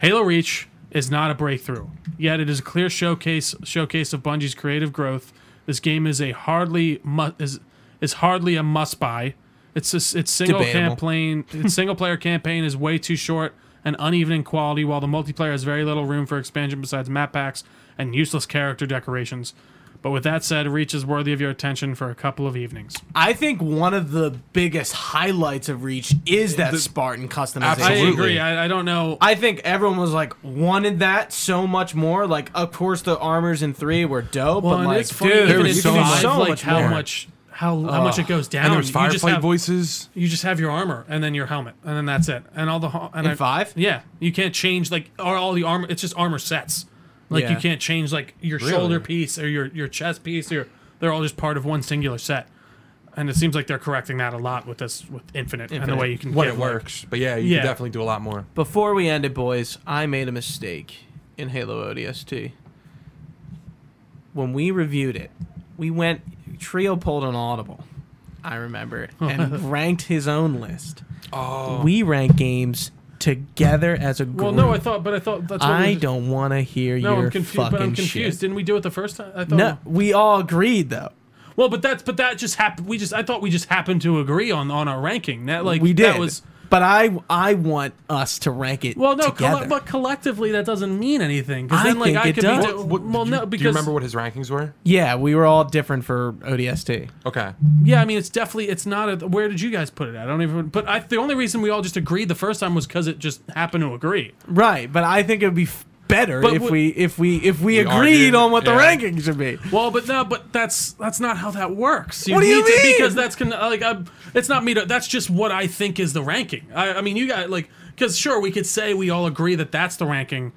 Speaker 2: Halo Reach is not a breakthrough, yet it is a clear showcase showcase of Bungie's creative growth This game is a hardly mu- is is hardly a must buy. It's just, its single
Speaker 1: Debatable.
Speaker 2: campaign its single player campaign is way too short and uneven in quality, while the multiplayer has very little room for expansion besides map packs and useless character decorations. But with that said, Reach is worthy of your attention for a couple of evenings.
Speaker 1: I think one of the biggest highlights of Reach is that Spartan customization.
Speaker 3: Absolutely.
Speaker 2: I agree. I, I don't know.
Speaker 1: I think everyone was like wanted that so much more. Like, of course, the armors in three were dope,
Speaker 2: Well,
Speaker 1: but
Speaker 2: and
Speaker 1: like,
Speaker 2: it's funny,
Speaker 1: dude,
Speaker 2: even
Speaker 1: you
Speaker 2: in
Speaker 3: was
Speaker 1: can do
Speaker 2: five,
Speaker 1: so
Speaker 2: like
Speaker 1: much
Speaker 2: how
Speaker 1: more.
Speaker 2: much how how much it goes down.
Speaker 3: And there's
Speaker 2: You just
Speaker 3: firefight
Speaker 2: have-
Speaker 3: voices.
Speaker 2: You just have your armor and then your helmet and then that's it. And all the ho- and
Speaker 1: In
Speaker 2: I-
Speaker 1: five?
Speaker 2: Yeah, you can't change like or all the armor. It's just armor sets. Like you
Speaker 1: Yeah.
Speaker 2: can't change like your shoulder piece or your your chest piece. Or your, they're all just part of one singular set. And it seems like they're correcting that a lot with this with infinite, and
Speaker 1: Infinite.
Speaker 2: the way you can
Speaker 3: When
Speaker 2: give,
Speaker 3: it
Speaker 2: like-
Speaker 3: works, but yeah, you
Speaker 2: Yeah.
Speaker 3: can definitely do a lot more.
Speaker 1: Before we end it, boys, I made a mistake in Halo ODST. When we reviewed it, we went trio pulled on Audible. I remember
Speaker 2: *laughs*
Speaker 1: and ranked his own list. Oh. We rank games together as a group.
Speaker 2: well, no, I thought, but I thought that's what we
Speaker 1: I
Speaker 2: just-
Speaker 1: don't want to hear
Speaker 2: No,
Speaker 1: your
Speaker 2: I'm confused.
Speaker 1: fucking
Speaker 2: But I'm confused.
Speaker 1: shit.
Speaker 2: Didn't we do it the first time? I thought
Speaker 1: No, we all agreed though.
Speaker 2: Well, but that's but that just happened. We just I thought we just happened to agree on on our ranking. That like
Speaker 1: we did.
Speaker 2: That was
Speaker 1: but I I want us to rank it.
Speaker 2: well, no,
Speaker 1: together.
Speaker 2: colle- but collectively that doesn't mean anything. Because
Speaker 1: I
Speaker 2: then like
Speaker 1: think
Speaker 2: I
Speaker 1: it
Speaker 2: could
Speaker 1: does.
Speaker 2: be do-
Speaker 1: What-
Speaker 2: Uh, well,
Speaker 3: Did you-
Speaker 2: no, because
Speaker 3: do you remember what his rankings were?
Speaker 1: yeah, we were all different for ODST.
Speaker 3: Okay,
Speaker 2: yeah, I mean it's definitely it's not. A, where did you guys put it? I don't even. But I the only reason we all just agreed the first time was because it just happened to agree.
Speaker 1: Right, but I think it would be f- better
Speaker 2: But
Speaker 1: if
Speaker 2: what-
Speaker 1: we if we if we, agreed
Speaker 3: argued,
Speaker 1: on what the
Speaker 3: yeah.
Speaker 1: rankings should be.
Speaker 2: Well, but no, but that's that's not how that works.
Speaker 1: What do you
Speaker 2: need to-
Speaker 1: mean?
Speaker 2: because that's con- like i it's not me. To, that's just what I think is the ranking. I, I mean, you got like because sure we could say we all agree that that's the ranking,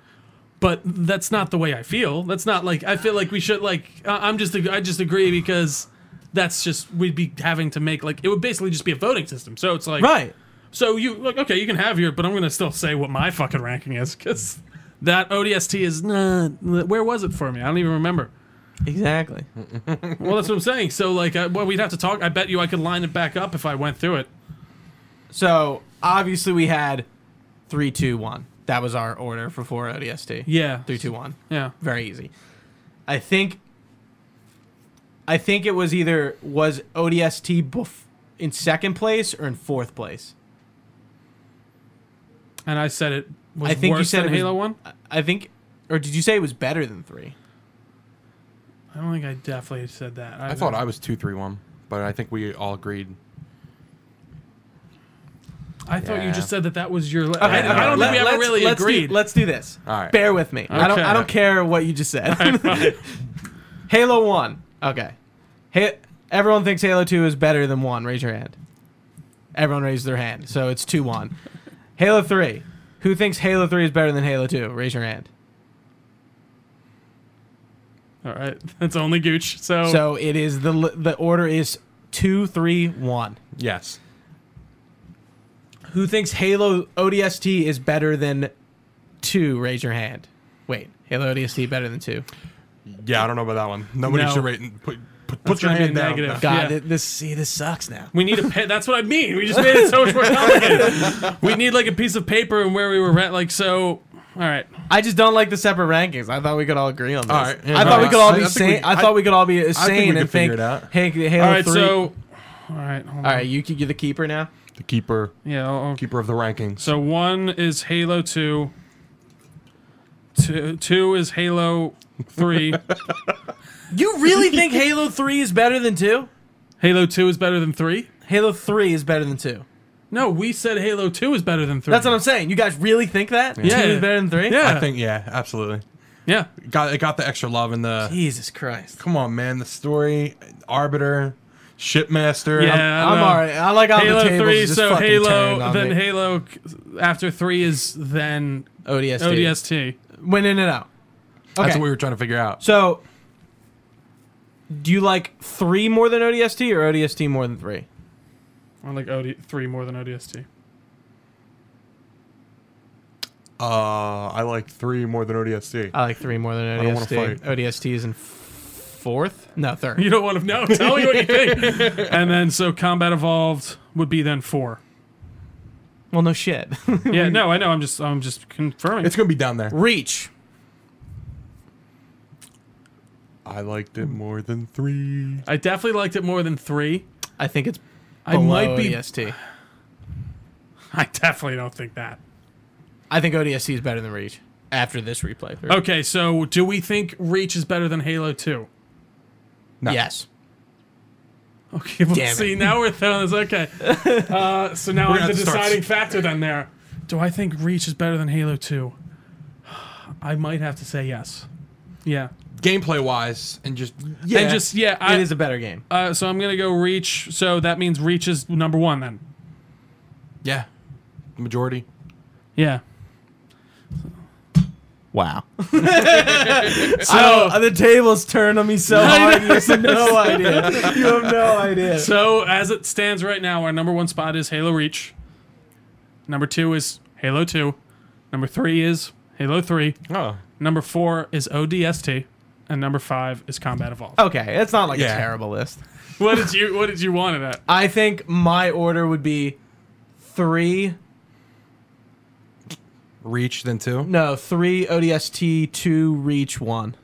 Speaker 2: but that's not the way I feel. That's not like I feel like we should like I I'm just ag- I just agree because that's just we'd be having to make like it would basically just be a voting system. So it's like
Speaker 1: Right.
Speaker 2: so you like okay, you can have your, but I'm gonna still say what my fucking ranking is because that ODST is not. Where was it for me? I don't even remember.
Speaker 1: Exactly.
Speaker 2: Well, that's what I'm saying. So, like, uh, well, we'd have to talk. I bet you I could line it back up if I went through it.
Speaker 1: So obviously we had three, two, one. That was our order for four ODST.
Speaker 2: Yeah.
Speaker 1: Three, two, one.
Speaker 2: Yeah.
Speaker 1: Very easy. I think. I think it was either was ODST bef- in second place or in fourth place.
Speaker 2: And I said it was
Speaker 1: I think
Speaker 2: worse
Speaker 1: you said
Speaker 2: than
Speaker 1: it was-
Speaker 2: Halo 1.
Speaker 1: I- I think, or did you say it was better than three?
Speaker 2: I don't think I definitely said that.
Speaker 3: I thought I was two three one, but I think we all agreed.
Speaker 2: I thought you
Speaker 3: Yeah.
Speaker 2: just said that that was your. I, I
Speaker 1: Okay,
Speaker 2: don't
Speaker 1: let-
Speaker 2: think we ever
Speaker 1: let's-
Speaker 2: really
Speaker 1: let's do-
Speaker 2: agreed.
Speaker 1: let's do this.
Speaker 3: All right.
Speaker 1: Bear with me. I don't.
Speaker 2: Okay.
Speaker 1: I don't care what you just said. *laughs* Halo One. Okay. Hey, everyone thinks Halo Two is better than One. Raise your hand. Everyone raised their hand. So it's two one. Halo Three. Who thinks Halo Three is better than Halo Two? Raise your hand.
Speaker 2: All right. *laughs* That's only Gooch. So,
Speaker 1: So it is the l- the order is two three one.
Speaker 3: Yes.
Speaker 1: Who thinks Halo ODST is better than two? Raise your hand. Wait, Halo ODST better than two?
Speaker 3: Yeah, I don't know about that one. Nobody
Speaker 2: No.
Speaker 3: should rate. Put, put, put your
Speaker 2: gonna be
Speaker 3: hand
Speaker 2: a
Speaker 3: down.
Speaker 2: negative.
Speaker 1: God,
Speaker 2: Yeah.
Speaker 1: thi- this see this sucks now.
Speaker 2: we need a pit. That's what I mean. We just made it so much
Speaker 1: *laughs*
Speaker 2: more complicated. we need, like, a piece of paper and where we were at. Like, so. All right.
Speaker 1: I just don't like the separate rankings. I thought we could all agree on this.
Speaker 3: All right. Yeah,
Speaker 1: I
Speaker 3: no,
Speaker 1: thought we
Speaker 3: I-
Speaker 1: could all
Speaker 3: I
Speaker 1: be
Speaker 3: think
Speaker 1: sane.
Speaker 3: we-
Speaker 1: I
Speaker 3: I-
Speaker 1: thought we could all be
Speaker 3: we
Speaker 1: sane
Speaker 3: could
Speaker 1: and
Speaker 3: figure
Speaker 1: think.
Speaker 3: it out.
Speaker 1: Hey, Halo
Speaker 2: All right.
Speaker 1: three.
Speaker 2: So.
Speaker 1: all
Speaker 2: All right. Hold on.
Speaker 1: right, you could get the keeper now.
Speaker 3: The keeper,
Speaker 2: Yeah. I'll, I'll
Speaker 3: keeper of the rankings.
Speaker 2: So one is Halo 2. Two, two is Halo
Speaker 1: *laughs*
Speaker 2: 3.
Speaker 1: You *laughs* really think Halo three is better than two?
Speaker 2: Halo 2 is better than 3?
Speaker 1: Halo three is better than two.
Speaker 2: No, we said Halo 2 is better than 3.
Speaker 1: That's what I'm saying. You guys really think that?
Speaker 2: Yeah.
Speaker 1: Two is better than three? *laughs*
Speaker 2: Yeah.
Speaker 3: I think yeah, absolutely.
Speaker 2: Yeah.
Speaker 3: Got it. Got the extra love in the.
Speaker 1: Jesus Christ.
Speaker 3: Come on, man. The story, arbiter, shipmaster. I'm-
Speaker 2: Yeah. I
Speaker 1: I'm
Speaker 2: know.
Speaker 1: alright. I like how the
Speaker 2: Halo
Speaker 1: tables
Speaker 2: 3,
Speaker 1: just
Speaker 2: so
Speaker 1: fucking turned
Speaker 2: Halo,
Speaker 1: on
Speaker 2: then
Speaker 1: me.
Speaker 2: Halo after 3 is then
Speaker 1: ODST.
Speaker 2: ODST.
Speaker 1: Went in and out. Okay.
Speaker 3: That's what we were trying to figure out.
Speaker 1: so, do you like three more than ODST or ODST more than three?
Speaker 2: I like OD, 3 more than ODST.
Speaker 3: Uh, I like three more than ODST.
Speaker 1: I like three more than
Speaker 3: don't wanna
Speaker 1: ODST.
Speaker 3: fight.
Speaker 1: ODST is in f- fourth? No, third.
Speaker 2: You don't want to know. Tell me what you
Speaker 1: *laughs*
Speaker 2: think. and then so Combat Evolved would be then 4.
Speaker 1: Well, no shit. *laughs*
Speaker 2: Yeah, no, I know. I'm just I'm just confirming.
Speaker 3: It's gonna be down there.
Speaker 1: Reach.
Speaker 3: I liked it more than three.
Speaker 2: I definitely liked it more than three.
Speaker 1: I think it's
Speaker 2: I might
Speaker 1: below
Speaker 2: be-
Speaker 1: ODST.
Speaker 2: *laughs* I definitely don't think that.
Speaker 1: I think ODST is better than Reach after this replay. through.
Speaker 2: Okay, so do we think Reach is better than Halo 2?
Speaker 3: No.
Speaker 1: Yes.
Speaker 2: Okay, well,
Speaker 1: Damn it.
Speaker 2: see, now we're throwing this.
Speaker 1: *laughs*
Speaker 2: Okay. Uh, so now
Speaker 3: We're
Speaker 2: I'm
Speaker 3: gonna
Speaker 2: the
Speaker 3: have to start-
Speaker 2: deciding factor then there. Do I think Reach is better than Halo 2? *sighs* I might have to say yes. Yeah.
Speaker 3: Gameplay wise, and just
Speaker 1: Yeah.
Speaker 2: And just, yeah. I,
Speaker 1: it is a better game.
Speaker 2: uh, so I'm going to go Reach. So that means Reach is number one then.
Speaker 3: yeah, the majority.
Speaker 2: Yeah.
Speaker 1: *laughs* Wow. so the tables turned on me so hard. You have no idea. You have no idea.
Speaker 2: So as it stands right now, our number one spot is Halo Reach. Number two is Halo 2. Number three is Halo 3.
Speaker 3: Oh,
Speaker 2: Number four is ODST. And number five is Combat Evolved.
Speaker 1: Okay, it's not like
Speaker 3: Yeah.
Speaker 1: a terrible list.
Speaker 2: What did you What did you want of that?
Speaker 1: I think my order would be three.
Speaker 3: Reach then two.
Speaker 1: No, three ODST, two Reach, one.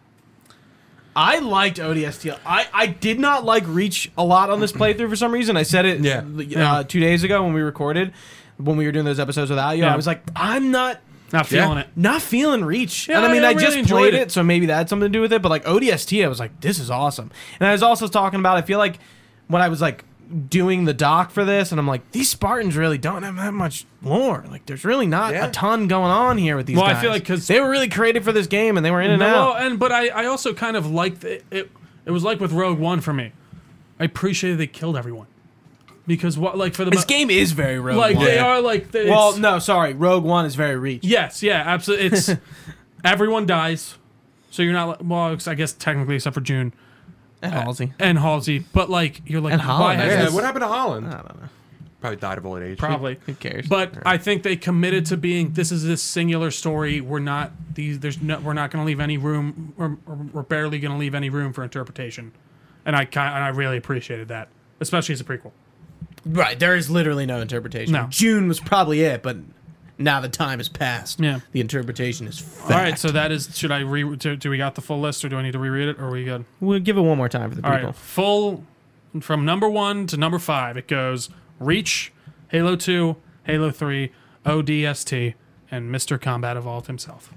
Speaker 1: I liked ODST. I, I did not like Reach a lot
Speaker 2: *clears throat*
Speaker 1: on this playthrough for some reason. I said it
Speaker 3: Yeah.
Speaker 1: uh,
Speaker 2: Yeah.
Speaker 1: two days ago when we recorded, when we were doing those episodes without you.
Speaker 2: Yeah.
Speaker 1: I was like, I'm not
Speaker 2: Not feeling
Speaker 3: Yeah.
Speaker 2: it.
Speaker 1: not feeling reach.
Speaker 2: Yeah,
Speaker 1: and I mean,
Speaker 2: I
Speaker 1: I,
Speaker 2: really
Speaker 1: just
Speaker 2: enjoyed
Speaker 1: played it.
Speaker 2: it.
Speaker 1: so maybe that had something to do with it. But like ODST, I was like, this is awesome. And I was also talking about, I feel like when I was like doing the doc for this, and I'm like, these Spartans really don't have that much lore. Like, there's really not
Speaker 3: Yeah.
Speaker 1: a ton going on here with these.
Speaker 2: Well, I
Speaker 1: guys.
Speaker 2: feel like 'cause- uh,
Speaker 1: they were really created for this game, and they were in and
Speaker 2: well,
Speaker 1: out.
Speaker 2: and but I, I also kind of liked it, it. It was like with Rogue One for me. I appreciated they killed everyone because what like for the
Speaker 1: This
Speaker 2: mo-
Speaker 1: game is very Rogue
Speaker 2: like
Speaker 1: One.
Speaker 2: they are like they,
Speaker 1: well,
Speaker 2: it's-
Speaker 1: no, sorry, Rogue One is very reach.
Speaker 2: yes yeah absolutely
Speaker 1: *laughs*
Speaker 2: it's everyone dies so you're not li- well I guess technically except for June
Speaker 1: And Halsey.
Speaker 2: and Halsey but like you're like
Speaker 1: And
Speaker 2: why
Speaker 1: Holland,
Speaker 2: has
Speaker 1: yeah. Uh,
Speaker 3: Yeah,
Speaker 2: this-
Speaker 3: what happened to Holland?
Speaker 1: I don't know.
Speaker 3: Probably died of old age.
Speaker 2: probably
Speaker 1: Who cares?
Speaker 2: But I think they committed to being this is this singular story. We're not these. There's no. We're not going to leave any room. We're, we're barely going to leave any room for interpretation. And I kind and I really appreciated that, especially as a prequel.
Speaker 1: Right, there is literally no interpretation.
Speaker 2: No.
Speaker 1: June was probably it, but now the time has passed.
Speaker 2: Yeah.
Speaker 1: The interpretation is fact.
Speaker 2: All right. So that is. Should I re? Do, do we got the full list, or do I need to reread it? Or are we good?
Speaker 1: We'll give it one more time for the
Speaker 2: All right.
Speaker 1: people.
Speaker 2: Full from number one to number five. It goes Reach, Halo Two, Halo Three, ODST, and Mr. Combat Evolved himself.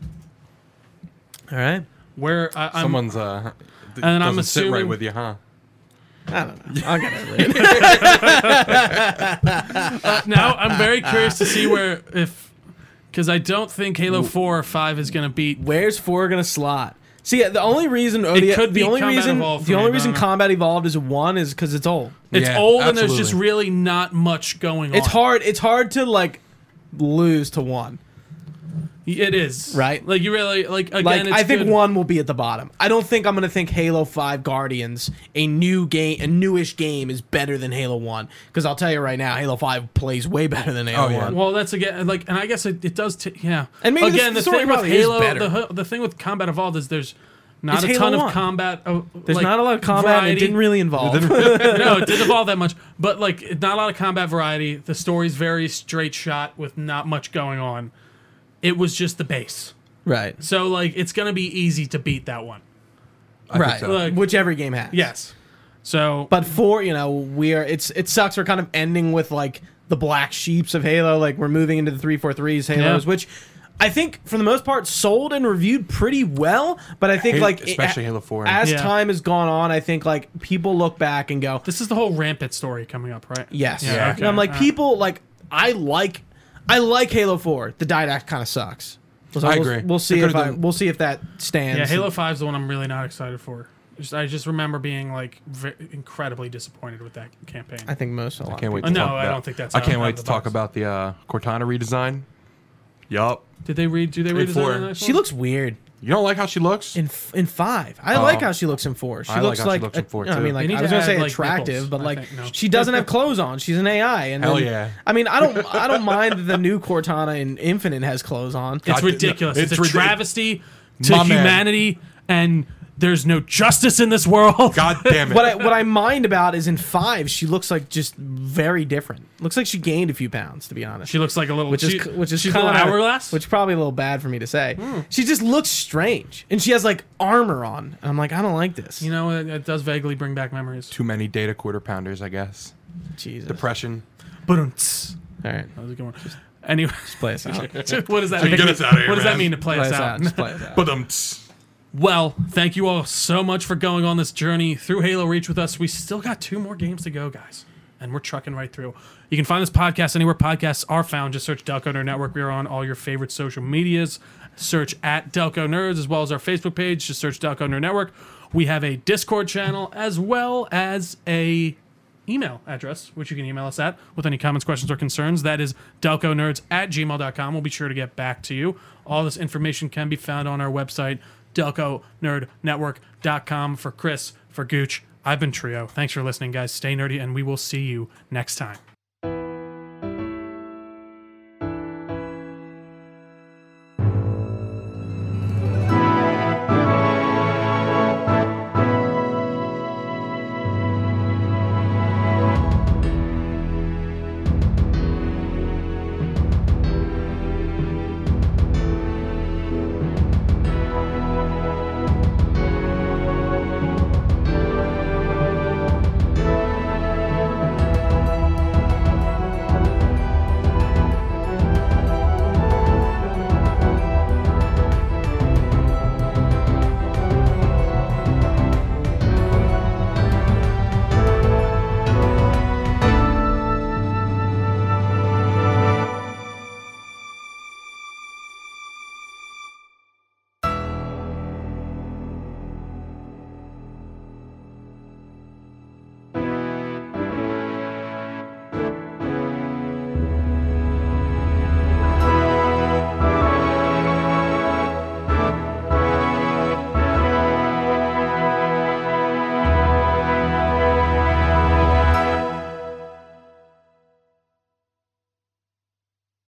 Speaker 1: All right.
Speaker 2: Where I, I'm.
Speaker 3: Someone's uh, d-
Speaker 2: I'm
Speaker 3: doesn't sit right
Speaker 2: assuming-
Speaker 3: with you, huh?
Speaker 1: I don't know. I got it. right.
Speaker 2: Now I'm very curious to see where if because I don't think Halo Four or Five is going to beat.
Speaker 1: Where's four gonna slot? See, uh, the only reason OD,
Speaker 2: could
Speaker 1: the
Speaker 2: be
Speaker 1: only
Speaker 2: Combat
Speaker 1: reason
Speaker 2: Evolved for
Speaker 1: the
Speaker 2: me,
Speaker 1: only
Speaker 2: but I
Speaker 1: reason
Speaker 2: don't know.
Speaker 1: combat evolved is one is because it's old.
Speaker 2: It's
Speaker 3: Yeah,
Speaker 2: old and there's just
Speaker 3: absolutely.
Speaker 2: really not much going on.
Speaker 1: It's hard. It's hard to like lose to one.
Speaker 2: It is
Speaker 1: Right.
Speaker 2: Like you really like again.
Speaker 1: Like
Speaker 2: it's
Speaker 1: I think
Speaker 2: good.
Speaker 1: one will be at the bottom. I don't think I'm gonna think Halo Five Guardians, a new game, a newish game, is better than Halo One. Because I'll tell you right now, Halo Five plays way better than Halo
Speaker 3: Oh, yeah.
Speaker 1: One.
Speaker 2: Well, that's again like, and I guess it, it does. T- yeah.
Speaker 1: And maybe the
Speaker 2: again,
Speaker 1: story
Speaker 2: thing with
Speaker 1: probably is
Speaker 2: Halo,
Speaker 1: better.
Speaker 2: the ho- the thing with Combat Evolved is there's not
Speaker 1: It's
Speaker 2: a
Speaker 1: Halo
Speaker 2: ton of
Speaker 1: 1.
Speaker 2: combat. Uh,
Speaker 1: There's not a lot of combat. and It didn't really involve. *laughs*
Speaker 2: *laughs* no, it didn't evolve that much. But like, it- not a lot of combat variety. The story's very straight shot with not much going on. It was just the base.
Speaker 1: right.
Speaker 2: So like, it's gonna be easy to beat that one.
Speaker 3: I think
Speaker 1: right
Speaker 3: so.
Speaker 2: Look.
Speaker 1: which every game has
Speaker 2: Yes. So
Speaker 1: but for you know we are it's it sucks we're kind of ending with like the black sheeps of halo like we're moving into the 343s halos
Speaker 2: Yeah.
Speaker 1: which i think for the most part sold and reviewed pretty well but i think
Speaker 3: Halo-
Speaker 1: like it-
Speaker 3: especially Halo 4.
Speaker 1: as
Speaker 2: Yeah.
Speaker 1: time has gone on i think like people look back and go
Speaker 2: this is the whole rampant story coming up, right?
Speaker 1: yes
Speaker 3: Yeah.
Speaker 1: and i'm like
Speaker 2: Uh,
Speaker 1: people like i like i like halo 4 the didact kind of sucks so
Speaker 3: I
Speaker 1: we'll,
Speaker 3: agree.
Speaker 1: we'll see
Speaker 3: They
Speaker 1: if
Speaker 3: could've
Speaker 1: I,
Speaker 3: done-
Speaker 1: we'll see if that stands
Speaker 2: Yeah, Halo Five's the one I'm really not excited for. Just, I just remember being like ve- incredibly disappointed with that campaign.
Speaker 1: i think most a lot
Speaker 3: I can't
Speaker 1: of
Speaker 3: wait.
Speaker 1: people-
Speaker 3: To
Speaker 2: Uh, no,
Speaker 3: talk
Speaker 2: I
Speaker 3: about-
Speaker 2: don't think that's
Speaker 3: I
Speaker 2: out-
Speaker 3: can't
Speaker 2: out
Speaker 3: wait
Speaker 2: of
Speaker 3: to
Speaker 2: the
Speaker 3: talk
Speaker 2: box.
Speaker 3: about the uh, Cortana redesign. Yup.
Speaker 2: Did they read? Do they read?
Speaker 3: four.
Speaker 1: she looks weird
Speaker 3: You don't like how she looks?
Speaker 1: in f- in five. I
Speaker 3: Oh.
Speaker 1: like how she looks in four. She
Speaker 3: I like
Speaker 1: looks
Speaker 3: how she
Speaker 1: like,
Speaker 3: looks in four,
Speaker 1: I
Speaker 3: too.
Speaker 1: mean,
Speaker 3: They
Speaker 1: like
Speaker 2: need
Speaker 1: I was
Speaker 2: to
Speaker 1: gonna say
Speaker 2: add, like,
Speaker 1: attractive,
Speaker 2: nipples,
Speaker 1: but
Speaker 2: I
Speaker 1: like
Speaker 2: think, no.
Speaker 1: she doesn't have clothes on. She's an AI. And
Speaker 3: Hell
Speaker 1: then-
Speaker 3: yeah.
Speaker 1: I mean, I don't I don't mind that the new Cortana in Infinite has clothes on.
Speaker 2: It's
Speaker 3: I did-
Speaker 2: ridiculous.
Speaker 3: no,
Speaker 2: it's,
Speaker 3: it's
Speaker 2: a
Speaker 3: rid-
Speaker 2: travesty to
Speaker 3: My man.
Speaker 2: humanity and There's no justice in this world. *laughs*
Speaker 3: God damn it.
Speaker 1: What I, what I mind about is in five, she looks like just very different. Looks like she gained a few pounds, to be honest.
Speaker 2: She looks like a little
Speaker 1: which
Speaker 2: she,
Speaker 1: is which is
Speaker 2: she's a little
Speaker 1: kinda-
Speaker 2: hourglass.
Speaker 1: which probably a little bad for me to say.
Speaker 3: Hmm.
Speaker 1: She just looks strange, and she has like armor on, and I'm like, I don't like this.
Speaker 2: you know, it, it does vaguely bring back memories.
Speaker 3: Too many data quarter pounders, I guess.
Speaker 1: Jesus.
Speaker 3: Depression.
Speaker 2: Ba-dum-ts.
Speaker 1: All right,
Speaker 2: That was a good one. Anyway, *laughs*
Speaker 1: play us out.
Speaker 2: what does that
Speaker 3: Just
Speaker 2: mean?
Speaker 3: get us outta here,
Speaker 2: what does
Speaker 3: man.
Speaker 2: that mean to play,
Speaker 1: play
Speaker 2: us *laughs* out?
Speaker 1: Just play us out.
Speaker 3: But um.
Speaker 2: Well, thank you all so much for going on this journey through Halo Reach with us. We still got two more games to go, guys, and we're trucking right through. You can find this podcast anywhere podcasts are found. Just search Delco Nerd Network. We are on all your favorite social medias. Search at Delco Nerds as well as our Facebook page. Just search Delco Nerd Network. We have a Discord channel as well as a email address, which you can email us at with any comments, questions, or concerns. That is delconerds at gmail.com. We'll be sure to get back to you. All this information can be found on our website, delconerdnetwork.com. For Chris, for Gooch, I've been Trio. Thanks for listening, guys. Stay nerdy, and we will see you next time.